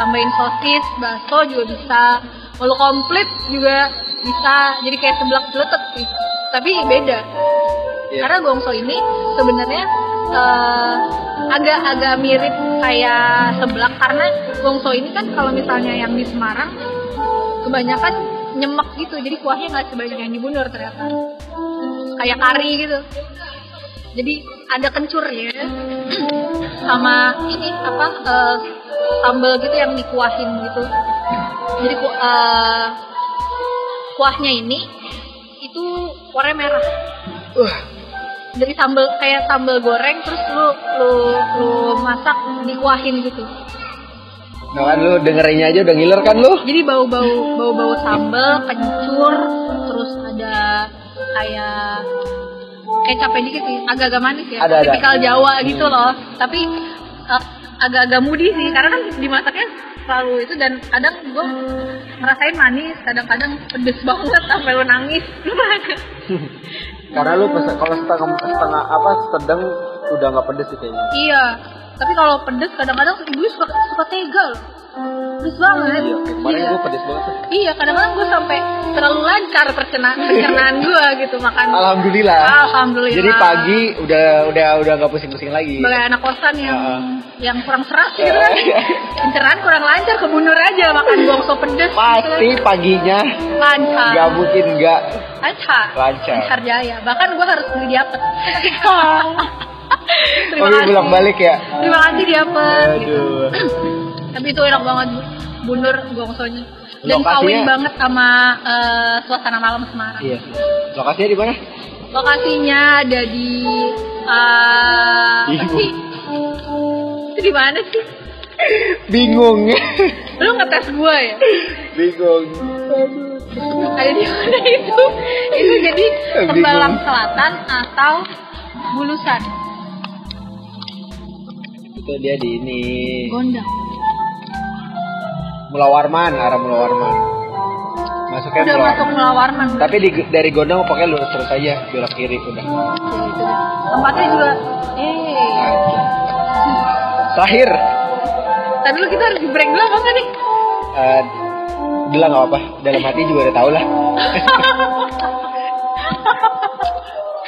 [SPEAKER 1] tambahin sosis, bakso juga bisa. Mau lu komplit juga bisa. Jadi kayak seblak jeletek sih. Tapi beda.
[SPEAKER 2] Iya.
[SPEAKER 1] Karena gongso ini sebenarnya eh, agak-agak mirip kayak seblak karena gongso ini kan kalau misalnya yang di Semarang kebanyakan nyemek gitu jadi kuahnya nggak sebanyak yang di Bunur ternyata kayak kari gitu jadi ada kencurnya [clears throat] sama ini apa eh, sambal gitu yang dikuahin gitu jadi ku- eh, kuahnya ini itu warna merah
[SPEAKER 2] Wah,
[SPEAKER 1] dari sambal kayak sambal goreng terus lu lu lu masak dikuahin gitu
[SPEAKER 2] Nah kan lu dengerinnya aja udah ngiler kan lu?
[SPEAKER 1] jadi bau-bau bau-bau sambal kencur terus ada kayak kecapnya dikit sih agak-agak manis ya
[SPEAKER 2] Ada, Hmm. ada.
[SPEAKER 1] tipikal Jawa gitu loh tapi eh, agak-agak mudi sih karena kan dimasaknya selalu itu dan kadang gue ngerasain manis kadang-kadang pedes banget sampai lu nangis [laughs]
[SPEAKER 2] Karena lu pes- kalau setengah setengah apa sedang udah nggak pedes sih kayaknya.
[SPEAKER 1] iya tapi kalau pedes kadang-kadang ibu suka suka tega loh pedes banget
[SPEAKER 2] Iya, kayak kemarin
[SPEAKER 1] Iya.
[SPEAKER 2] gue pedes banget. tuh.
[SPEAKER 1] Iya, kadang-kadang gue sampai terlalu lancar percernaan pencernaan gue gitu makan.
[SPEAKER 2] Alhamdulillah.
[SPEAKER 1] Alhamdulillah.
[SPEAKER 2] Jadi pagi udah udah udah nggak pusing-pusing lagi.
[SPEAKER 1] sebagai anak kosan yang
[SPEAKER 2] Heeh. Iya.
[SPEAKER 1] yang kurang serat gitu kan. pencernaan kurang lancar kebunur aja makan gongso pedes.
[SPEAKER 2] Pasti
[SPEAKER 1] Gitu.
[SPEAKER 2] paginya
[SPEAKER 1] Lancar.
[SPEAKER 2] nggak mungkin nggak.
[SPEAKER 1] Lancar.
[SPEAKER 2] Lancar. Oh,
[SPEAKER 1] jaya. Bahkan gue harus beli diapet. [laughs] Terima
[SPEAKER 2] Tapi
[SPEAKER 1] kasih.
[SPEAKER 2] bolak iya, balik ya.
[SPEAKER 1] Terima kasih diapet. gitu.
[SPEAKER 2] Aduh.
[SPEAKER 1] Tapi itu enak banget Bu. bunur gongsonya. Dan
[SPEAKER 2] Lokasinya-
[SPEAKER 1] kawin banget sama eh, suasana malam Semarang.
[SPEAKER 2] Iya. Lokasinya di mana?
[SPEAKER 1] Lokasinya ada di eh, apa
[SPEAKER 2] Ibu.
[SPEAKER 1] sih? Itu di mana sih?
[SPEAKER 2] Bingung.
[SPEAKER 1] Lu ngetes gue ya?
[SPEAKER 2] Bingung.
[SPEAKER 1] Ada di mana itu? Itu jadi
[SPEAKER 2] Bingung.
[SPEAKER 1] Tembalang Selatan atau Bulusan,
[SPEAKER 2] Itu dia di ini.
[SPEAKER 1] Gondang.
[SPEAKER 2] Mulawarman, arah Mulawarman. Masuknya
[SPEAKER 1] Udah
[SPEAKER 2] Mulawarman.
[SPEAKER 1] masuk Melawarman.
[SPEAKER 2] Tapi di, dari Gondang pakai lurus terus aja belok kiri udah.
[SPEAKER 1] Tempatnya juga eh
[SPEAKER 2] Nah, Terakhir,
[SPEAKER 1] Tapi lu kita harus break dulu apa enggak nih?
[SPEAKER 2] eh Dela nggak apa-apa, dalam hati juga udah tau
[SPEAKER 1] [laughs]
[SPEAKER 2] lah.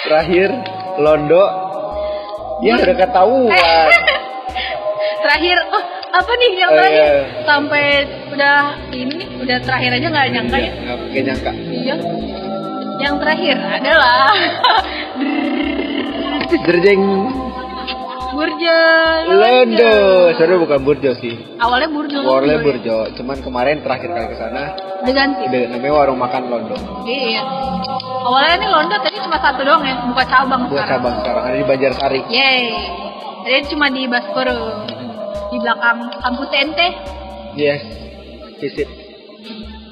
[SPEAKER 2] Terakhir, Londo, ya udah
[SPEAKER 1] Eh,
[SPEAKER 2] ketahuan.
[SPEAKER 1] Terakhir, oh apa nih yang
[SPEAKER 2] Oh,
[SPEAKER 1] terakhir?
[SPEAKER 2] iya.
[SPEAKER 1] Sampai udah ini, udah terakhir aja nggak nyangka ya?
[SPEAKER 2] Nggak nggak nyangka.
[SPEAKER 1] Iya. Yang terakhir adalah [laughs]
[SPEAKER 2] Jerjeng
[SPEAKER 1] Burjo.
[SPEAKER 2] Londo, sebenarnya bukan Burjo sih.
[SPEAKER 1] Awalnya Burjo.
[SPEAKER 2] Warle Burjo, cuman kemarin terakhir kali ke sana
[SPEAKER 1] Udah ganti.
[SPEAKER 2] udah namanya warung makan Londo.
[SPEAKER 1] Iya. Awalnya nih Londo tadi cuma satu doang ya, buka cabang
[SPEAKER 2] Buat
[SPEAKER 1] sekarang.
[SPEAKER 2] cabang sekarang ada di Banjarsari.
[SPEAKER 1] Yeay. Tadi cuma di Baskoro. Di belakang kampus TNT.
[SPEAKER 2] Yes, visit.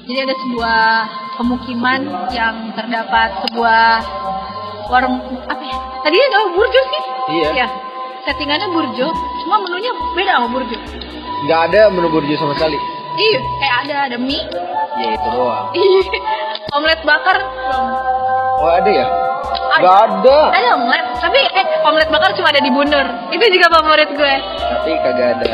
[SPEAKER 1] Jadi ada sebuah pemukiman yang terdapat sebuah warung apa ya? Tadi ada Burjo sih.
[SPEAKER 2] Iya.
[SPEAKER 1] Iya. settingannya burjo, cuma menunya beda sama burjo.
[SPEAKER 2] Nggak ada menu burjo sama sekali.
[SPEAKER 1] Iya, kayak ada ada mie,
[SPEAKER 2] Ya itu doang.
[SPEAKER 1] ih, [laughs] omelet bakar, belum.
[SPEAKER 2] Oh ada ya? Nggak ada.
[SPEAKER 1] Ada omelet, tapi eh, omelet bakar cuma ada di Bunur. Itu juga favorit gue.
[SPEAKER 2] Tapi kagak ada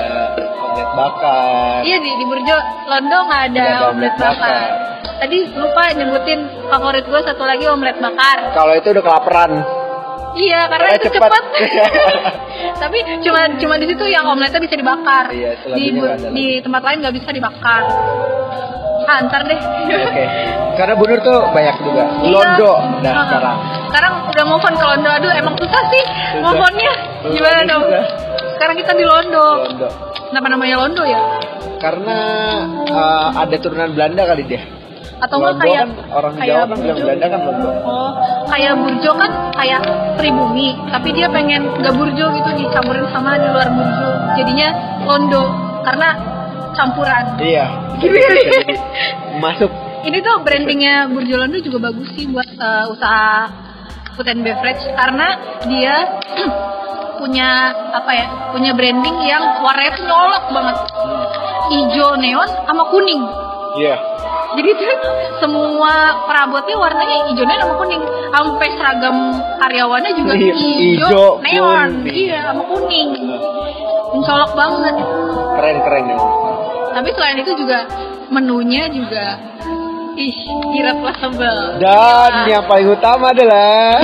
[SPEAKER 2] omelet bakar.
[SPEAKER 1] Iya di, di Burjo Londo nggak ada
[SPEAKER 2] Nggak ada
[SPEAKER 1] omelet
[SPEAKER 2] omelet
[SPEAKER 1] bakar.
[SPEAKER 2] bakar.
[SPEAKER 1] Tadi lupa nyebutin favorit gue satu lagi omelet bakar.
[SPEAKER 2] Kalau itu udah kelaparan.
[SPEAKER 1] Iya karena
[SPEAKER 2] Eh,
[SPEAKER 1] itu
[SPEAKER 2] cepat. [laughs]
[SPEAKER 1] cepat. Tapi cuma cuma di situ yang omeletnya bisa dibakar.
[SPEAKER 2] Iya,
[SPEAKER 1] di,
[SPEAKER 2] selanjutnya
[SPEAKER 1] bu-
[SPEAKER 2] nggak ada
[SPEAKER 1] di tempat lain nggak bisa dibakar. Ah, ntar deh.
[SPEAKER 2] Oke. Karena bunur tuh banyak juga.
[SPEAKER 1] [laughs] Iya.
[SPEAKER 2] Londo dan
[SPEAKER 1] Ah,
[SPEAKER 2] sekarang.
[SPEAKER 1] Sekarang udah move on ke Londo. Aduh emang susah sih
[SPEAKER 2] Susah.
[SPEAKER 1] move onnya.
[SPEAKER 2] Move
[SPEAKER 1] Gimana
[SPEAKER 2] onnya
[SPEAKER 1] dong?
[SPEAKER 2] susah.
[SPEAKER 1] Sekarang kita di Londo.
[SPEAKER 2] Londo.
[SPEAKER 1] Kenapa namanya Londo ya?
[SPEAKER 2] Karena eh, ada turunan Belanda kali deh.
[SPEAKER 1] Atau nggak
[SPEAKER 2] Londo
[SPEAKER 1] kayak
[SPEAKER 2] kan orang
[SPEAKER 1] kayak
[SPEAKER 2] Jawa bilang Belanda kan Londo.
[SPEAKER 1] Oh, kayak burjo kan kayak pribumi, tapi dia pengen nggak burjo gitu dicampurin sama di luar burjo. Jadinya londo karena
[SPEAKER 2] [laughs]
[SPEAKER 1] campuran.
[SPEAKER 2] Iya.
[SPEAKER 1] Gini.
[SPEAKER 2] Jadi, Masuk.
[SPEAKER 1] Ini tuh brandingnya burjo londo juga bagus sih buat eh, usaha food and beverage karena dia [clears throat] punya apa ya punya branding yang warnanya tuh nyolok banget hijau neon sama kuning
[SPEAKER 2] Hmm. Iya.
[SPEAKER 1] jadi [laughs] tuh semua perabotnya warnanya hijau dan sama kuning. Sampai seragam karyawannya juga
[SPEAKER 2] Iya,
[SPEAKER 1] hijau,
[SPEAKER 2] hijau,
[SPEAKER 1] neon.
[SPEAKER 2] kuning.
[SPEAKER 1] Iya, sama kuning. Mencolok banget.
[SPEAKER 2] Keren keren ya.
[SPEAKER 1] Tapi selain itu juga menunya juga ih, kirap lah sambal.
[SPEAKER 2] Dan yang paling utama adalah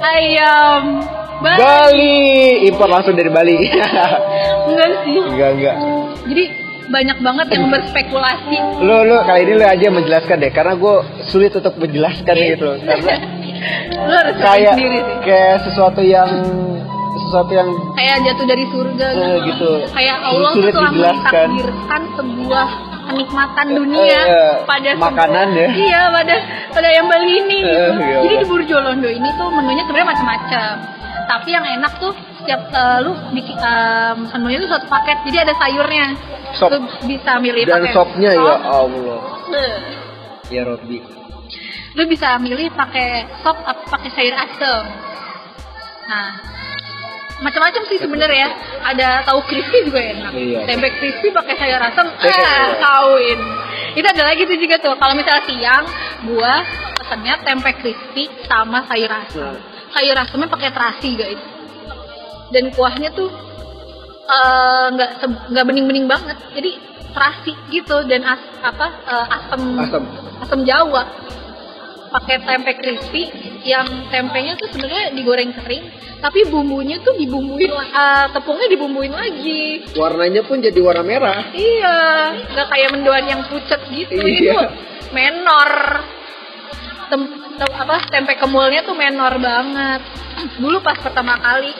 [SPEAKER 1] ayam Bang,
[SPEAKER 2] Bali. Impor langsung dari Bali. [laughs]
[SPEAKER 1] enggak sih.
[SPEAKER 2] enggak enggak.
[SPEAKER 1] Jadi banyak banget yang berspekulasi
[SPEAKER 2] Lo lo kali ini lo aja yang menjelaskan deh karena gue sulit untuk menjelaskan gitu [laughs] loh. karena
[SPEAKER 1] lu harus cari
[SPEAKER 2] kayak
[SPEAKER 1] sendiri sih
[SPEAKER 2] kayak sesuatu yang sesuatu yang
[SPEAKER 1] kayak jatuh dari surga
[SPEAKER 2] eh,
[SPEAKER 1] gitu.
[SPEAKER 2] gitu
[SPEAKER 1] kayak Allah tuh
[SPEAKER 2] sulit
[SPEAKER 1] telah
[SPEAKER 2] dijelaskan
[SPEAKER 1] mentakdirkan sebuah kenikmatan dunia
[SPEAKER 2] Eh, eh,
[SPEAKER 1] pada sebuah-
[SPEAKER 2] makanan ya.
[SPEAKER 1] [laughs] iya pada pada yang Bali ini gitu.
[SPEAKER 2] Eh, iya,
[SPEAKER 1] jadi
[SPEAKER 2] Allah.
[SPEAKER 1] di Burjo Londo ini tuh menunya sebenarnya macam-macam tapi yang enak tuh setiap eh, lu bikin eh, menunya tuh satu paket jadi ada sayurnya
[SPEAKER 2] Sop.
[SPEAKER 1] lu bisa milih
[SPEAKER 2] dan
[SPEAKER 1] pakai
[SPEAKER 2] sopnya
[SPEAKER 1] sop.
[SPEAKER 2] ya Allah
[SPEAKER 1] Eh,
[SPEAKER 2] ya Robby
[SPEAKER 1] lu bisa milih pakai sop apa pakai sayur asem nah macam-macam sih sebenarnya ada tahu crispy juga enak
[SPEAKER 2] Iya.
[SPEAKER 1] tempe crispy pakai sayur asem
[SPEAKER 2] Tempe,
[SPEAKER 1] ah
[SPEAKER 2] iya.
[SPEAKER 1] kawin itu ada lagi tuh juga tuh kalau misalnya siang gua pesennya tempe crispy sama sayur asem
[SPEAKER 2] Hmm.
[SPEAKER 1] sayur asemnya pakai terasi guys dan kuahnya tuh eh, nggak se- nggak bening-bening banget jadi terasi gitu dan as apa eh,
[SPEAKER 2] asam
[SPEAKER 1] asam jawa pakai tempe crispy yang tempenya tuh sebenarnya digoreng kering tapi bumbunya tuh dibumbuin la- eh, tepungnya dibumbuin lagi
[SPEAKER 2] warnanya pun jadi warna merah
[SPEAKER 1] iya nggak kayak mendoan yang pucet gitu itu
[SPEAKER 2] Iya.
[SPEAKER 1] menor Tem- tem- apa tempe kemulnya tuh menor banget dulu pas pertama kali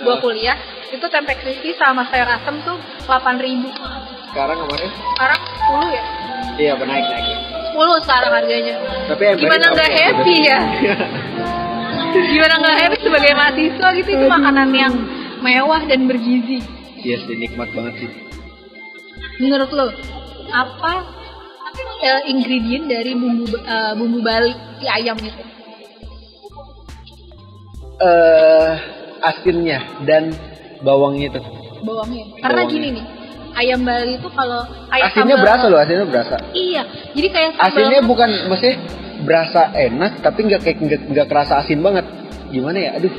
[SPEAKER 1] gua kuliah itu tempe crispy sama sayur asem tuh 8.000
[SPEAKER 2] sekarang kemarin
[SPEAKER 1] sekarang 10 ya
[SPEAKER 2] iya menaik naik
[SPEAKER 1] 10 sekarang harganya
[SPEAKER 2] tapi yang
[SPEAKER 1] Gimana
[SPEAKER 2] tadi
[SPEAKER 1] nggak
[SPEAKER 2] apa?
[SPEAKER 1] happy ya? gimana nggak happy sebagai mahasiswa gitu itu makanan yang mewah dan bergizi
[SPEAKER 2] [laughs] iya sih nikmat banget sih
[SPEAKER 1] menurut lo apa eh, ingredient dari bumbu eh, bumbu Bali di ayam itu
[SPEAKER 2] eh asinnya dan bawangnya itu
[SPEAKER 1] bawangnya karena
[SPEAKER 2] Bawangnya.
[SPEAKER 1] gini nih ayam Bali itu kalau ayam
[SPEAKER 2] asinnya berasa loh asinnya berasa
[SPEAKER 1] iya jadi kayak sambal-
[SPEAKER 2] asinnya bukan maksudnya berasa enak tapi nggak kayak nggak- nggak kerasa asin banget gimana ya aduh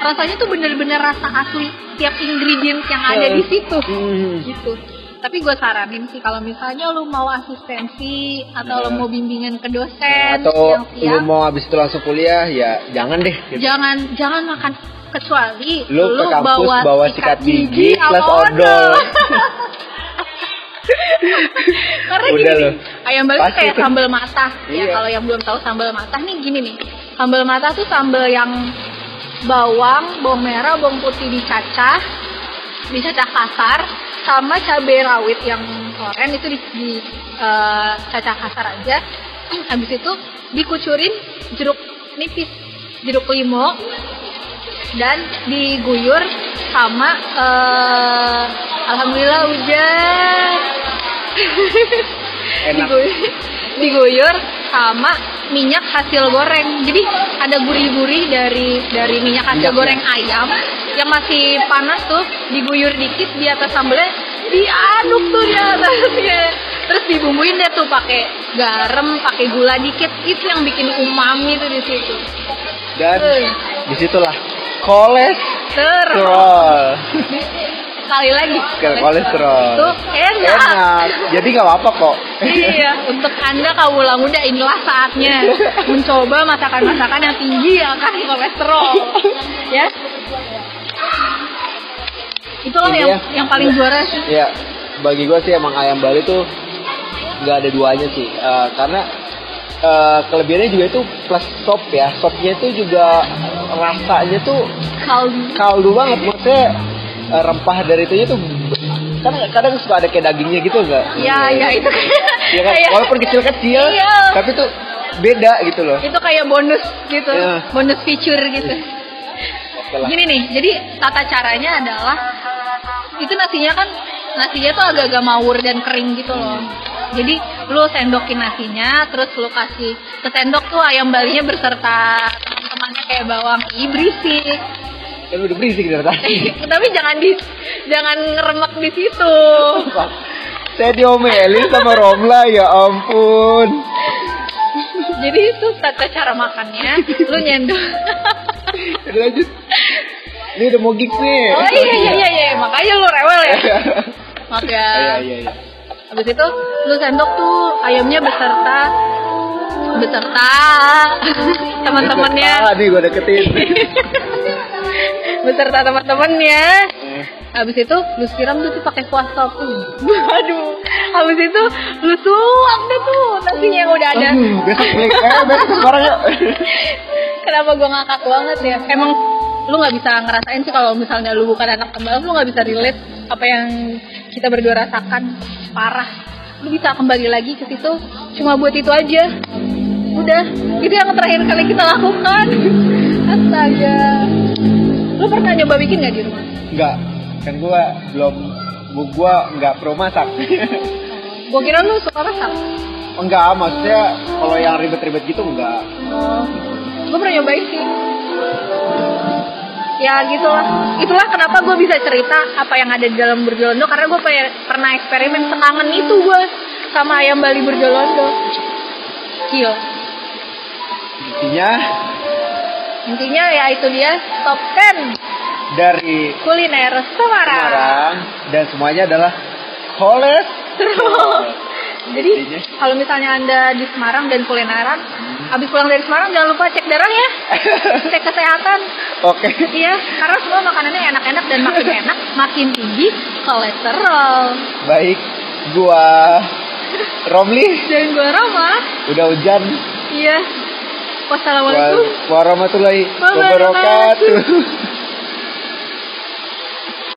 [SPEAKER 1] rasanya tuh bener-bener rasa asli tiap ingredient yang Ah, ada di situ
[SPEAKER 2] Hmm.
[SPEAKER 1] gitu tapi gue saranin sih kalau misalnya lu mau asistensi atau lu mau bimbingan ke dosen
[SPEAKER 2] Nah. atau
[SPEAKER 1] yang
[SPEAKER 2] lu
[SPEAKER 1] siap
[SPEAKER 2] mau abis itu langsung kuliah ya jangan deh gitu.
[SPEAKER 1] jangan jangan makan kecuali
[SPEAKER 2] Lu ke kampus bawa sikat gigi
[SPEAKER 1] sama
[SPEAKER 2] plus odol.
[SPEAKER 1] [laughs] karena
[SPEAKER 2] Udah
[SPEAKER 1] gini nih,
[SPEAKER 2] lu.
[SPEAKER 1] ayam balik
[SPEAKER 2] Pasti
[SPEAKER 1] kayak
[SPEAKER 2] itu.
[SPEAKER 1] sambal matah ya
[SPEAKER 2] Iya.
[SPEAKER 1] kalau yang belum tahu sambal matah nih gini nih sambal matah tuh sambal yang bawang bawang merah bawang putih dicacah dicacah kasar sama cabai rawit yang oren itu di, di, eh, cacah kasar aja Hmm, habis itu dikucurin jeruk nipis jeruk limau dan diguyur sama eh, alhamdulillah hujan
[SPEAKER 2] enak
[SPEAKER 1] [laughs] diguyur, diguyur sama minyak hasil goreng. Jadi ada gurih-gurih dari dari minyak hasil
[SPEAKER 2] Minyaknya.
[SPEAKER 1] goreng ayam yang masih panas tuh diguyur dikit di atas sambelnya diaduk tuh di [laughs] atasnya. Terus dibumbuin deh tuh pakai garam, pakai gula dikit. Itu yang bikin umami tuh di situ.
[SPEAKER 2] Dan
[SPEAKER 1] Eh.
[SPEAKER 2] disitulah kolesterol.
[SPEAKER 1] Terus sekali lagi
[SPEAKER 2] Ke kolesterol.
[SPEAKER 1] Itu
[SPEAKER 2] Enak. Jadi nggak apa-apa kok.
[SPEAKER 1] Iya, untuk Anda kawula muda inilah saatnya mencoba masakan-masakan yang tinggi akan kolesterol. Ya. Itulah
[SPEAKER 2] Ini
[SPEAKER 1] yang
[SPEAKER 2] ya.
[SPEAKER 1] yang paling juara sih.
[SPEAKER 2] Ya, bagi gue sih emang ayam Bali tuh nggak ada duanya sih, Eh, karena eh, kelebihannya juga itu plus sop ya, sopnya itu juga rasanya tuh
[SPEAKER 1] Kaldu.
[SPEAKER 2] kaldu banget, maksudnya eh, rempah dari itu tuh kan kadang suka ada kayak dagingnya gitu nggak?
[SPEAKER 1] Ya, ya itu kayak-
[SPEAKER 2] Iya kan?
[SPEAKER 1] kayak-
[SPEAKER 2] Walaupun kecil-kecil,
[SPEAKER 1] Iya.
[SPEAKER 2] tapi tuh beda gitu loh.
[SPEAKER 1] Itu kayak bonus gitu,
[SPEAKER 2] Iya.
[SPEAKER 1] bonus feature gitu.
[SPEAKER 2] Oke lah.
[SPEAKER 1] Gini nih, jadi tata caranya adalah itu nasinya kan nasinya tuh agak-agak mawur dan kering gitu loh.
[SPEAKER 2] Hmm.
[SPEAKER 1] Jadi lu sendokin nasinya, terus lu kasih sesendok tuh ayam balinya berserta temannya kayak bawang i berisik.
[SPEAKER 2] Kan udah berisik dari
[SPEAKER 1] [laughs]
[SPEAKER 2] tadi.
[SPEAKER 1] Tapi jangan di jangan ngeremek di situ.
[SPEAKER 2] Saya diomelin sama Romla ya ampun.
[SPEAKER 1] Jadi itu tata cara makannya, lu nyendok.
[SPEAKER 2] Udah lanjut. Ini udah mau gigs nih.
[SPEAKER 1] Oh iya iya iya, iya. makanya lu rewel ya. Maka
[SPEAKER 2] Iya iya iya.
[SPEAKER 1] Habis itu lu sendok tuh ayamnya beserta beserta [laughs] teman-temannya,
[SPEAKER 2] Ah, nih gue deketin.
[SPEAKER 1] beserta teman-temannya. Habis itu lu siram tuh tuh pakai kuah sop. [laughs] Aduh. Habis itu lu suap deh tuh nasinya yang udah ada.
[SPEAKER 2] Aduh, besok beli. Eh, besok sekarang yuk.
[SPEAKER 1] Kenapa gua ngakak banget ya? Emang lu nggak bisa ngerasain sih kalau misalnya lu bukan anak kembang, lu nggak bisa relate apa yang kita berdua rasakan parah. Lu bisa kembali lagi ke situ cuma buat itu aja. Udah, itu yang terakhir kali kita lakukan. [laughs] Astaga. Lu pernah nyoba bikin nggak di rumah?
[SPEAKER 2] Enggak, kan gue belum gua- gua nggak pro masak
[SPEAKER 1] Gua kira lu suka masak.
[SPEAKER 2] enggak maksudnya kalau yang ribet-ribet gitu enggak
[SPEAKER 1] gue Oh, gitu. pernah nyobain sih ya gitulah itulah kenapa gue bisa cerita apa yang ada di dalam berjolondo karena gue pernah eksperimen sekangen itu gue sama ayam Bali berjolondo Gil.
[SPEAKER 2] intinya
[SPEAKER 1] intinya ya itu dia top 10
[SPEAKER 2] dari
[SPEAKER 1] kuliner Semarang,
[SPEAKER 2] Semarang dan semuanya adalah koles
[SPEAKER 1] Terus. Oh. jadi
[SPEAKER 2] Intinya. Hmm.
[SPEAKER 1] kalau misalnya anda di Semarang dan kulineran habis pulang dari Semarang jangan lupa cek darah
[SPEAKER 2] [laughs]
[SPEAKER 1] ya cek kesehatan
[SPEAKER 2] oke
[SPEAKER 1] Iya, karena semua makanannya enak-enak dan makin enak, makin tinggi kolesterol.
[SPEAKER 2] baik gua Romli
[SPEAKER 1] Dan gue Roma,
[SPEAKER 2] udah hujan
[SPEAKER 1] iya. Wassalamualaikum
[SPEAKER 2] warahmatullahi
[SPEAKER 1] Wabarakatuh.
[SPEAKER 2] wabarakatuh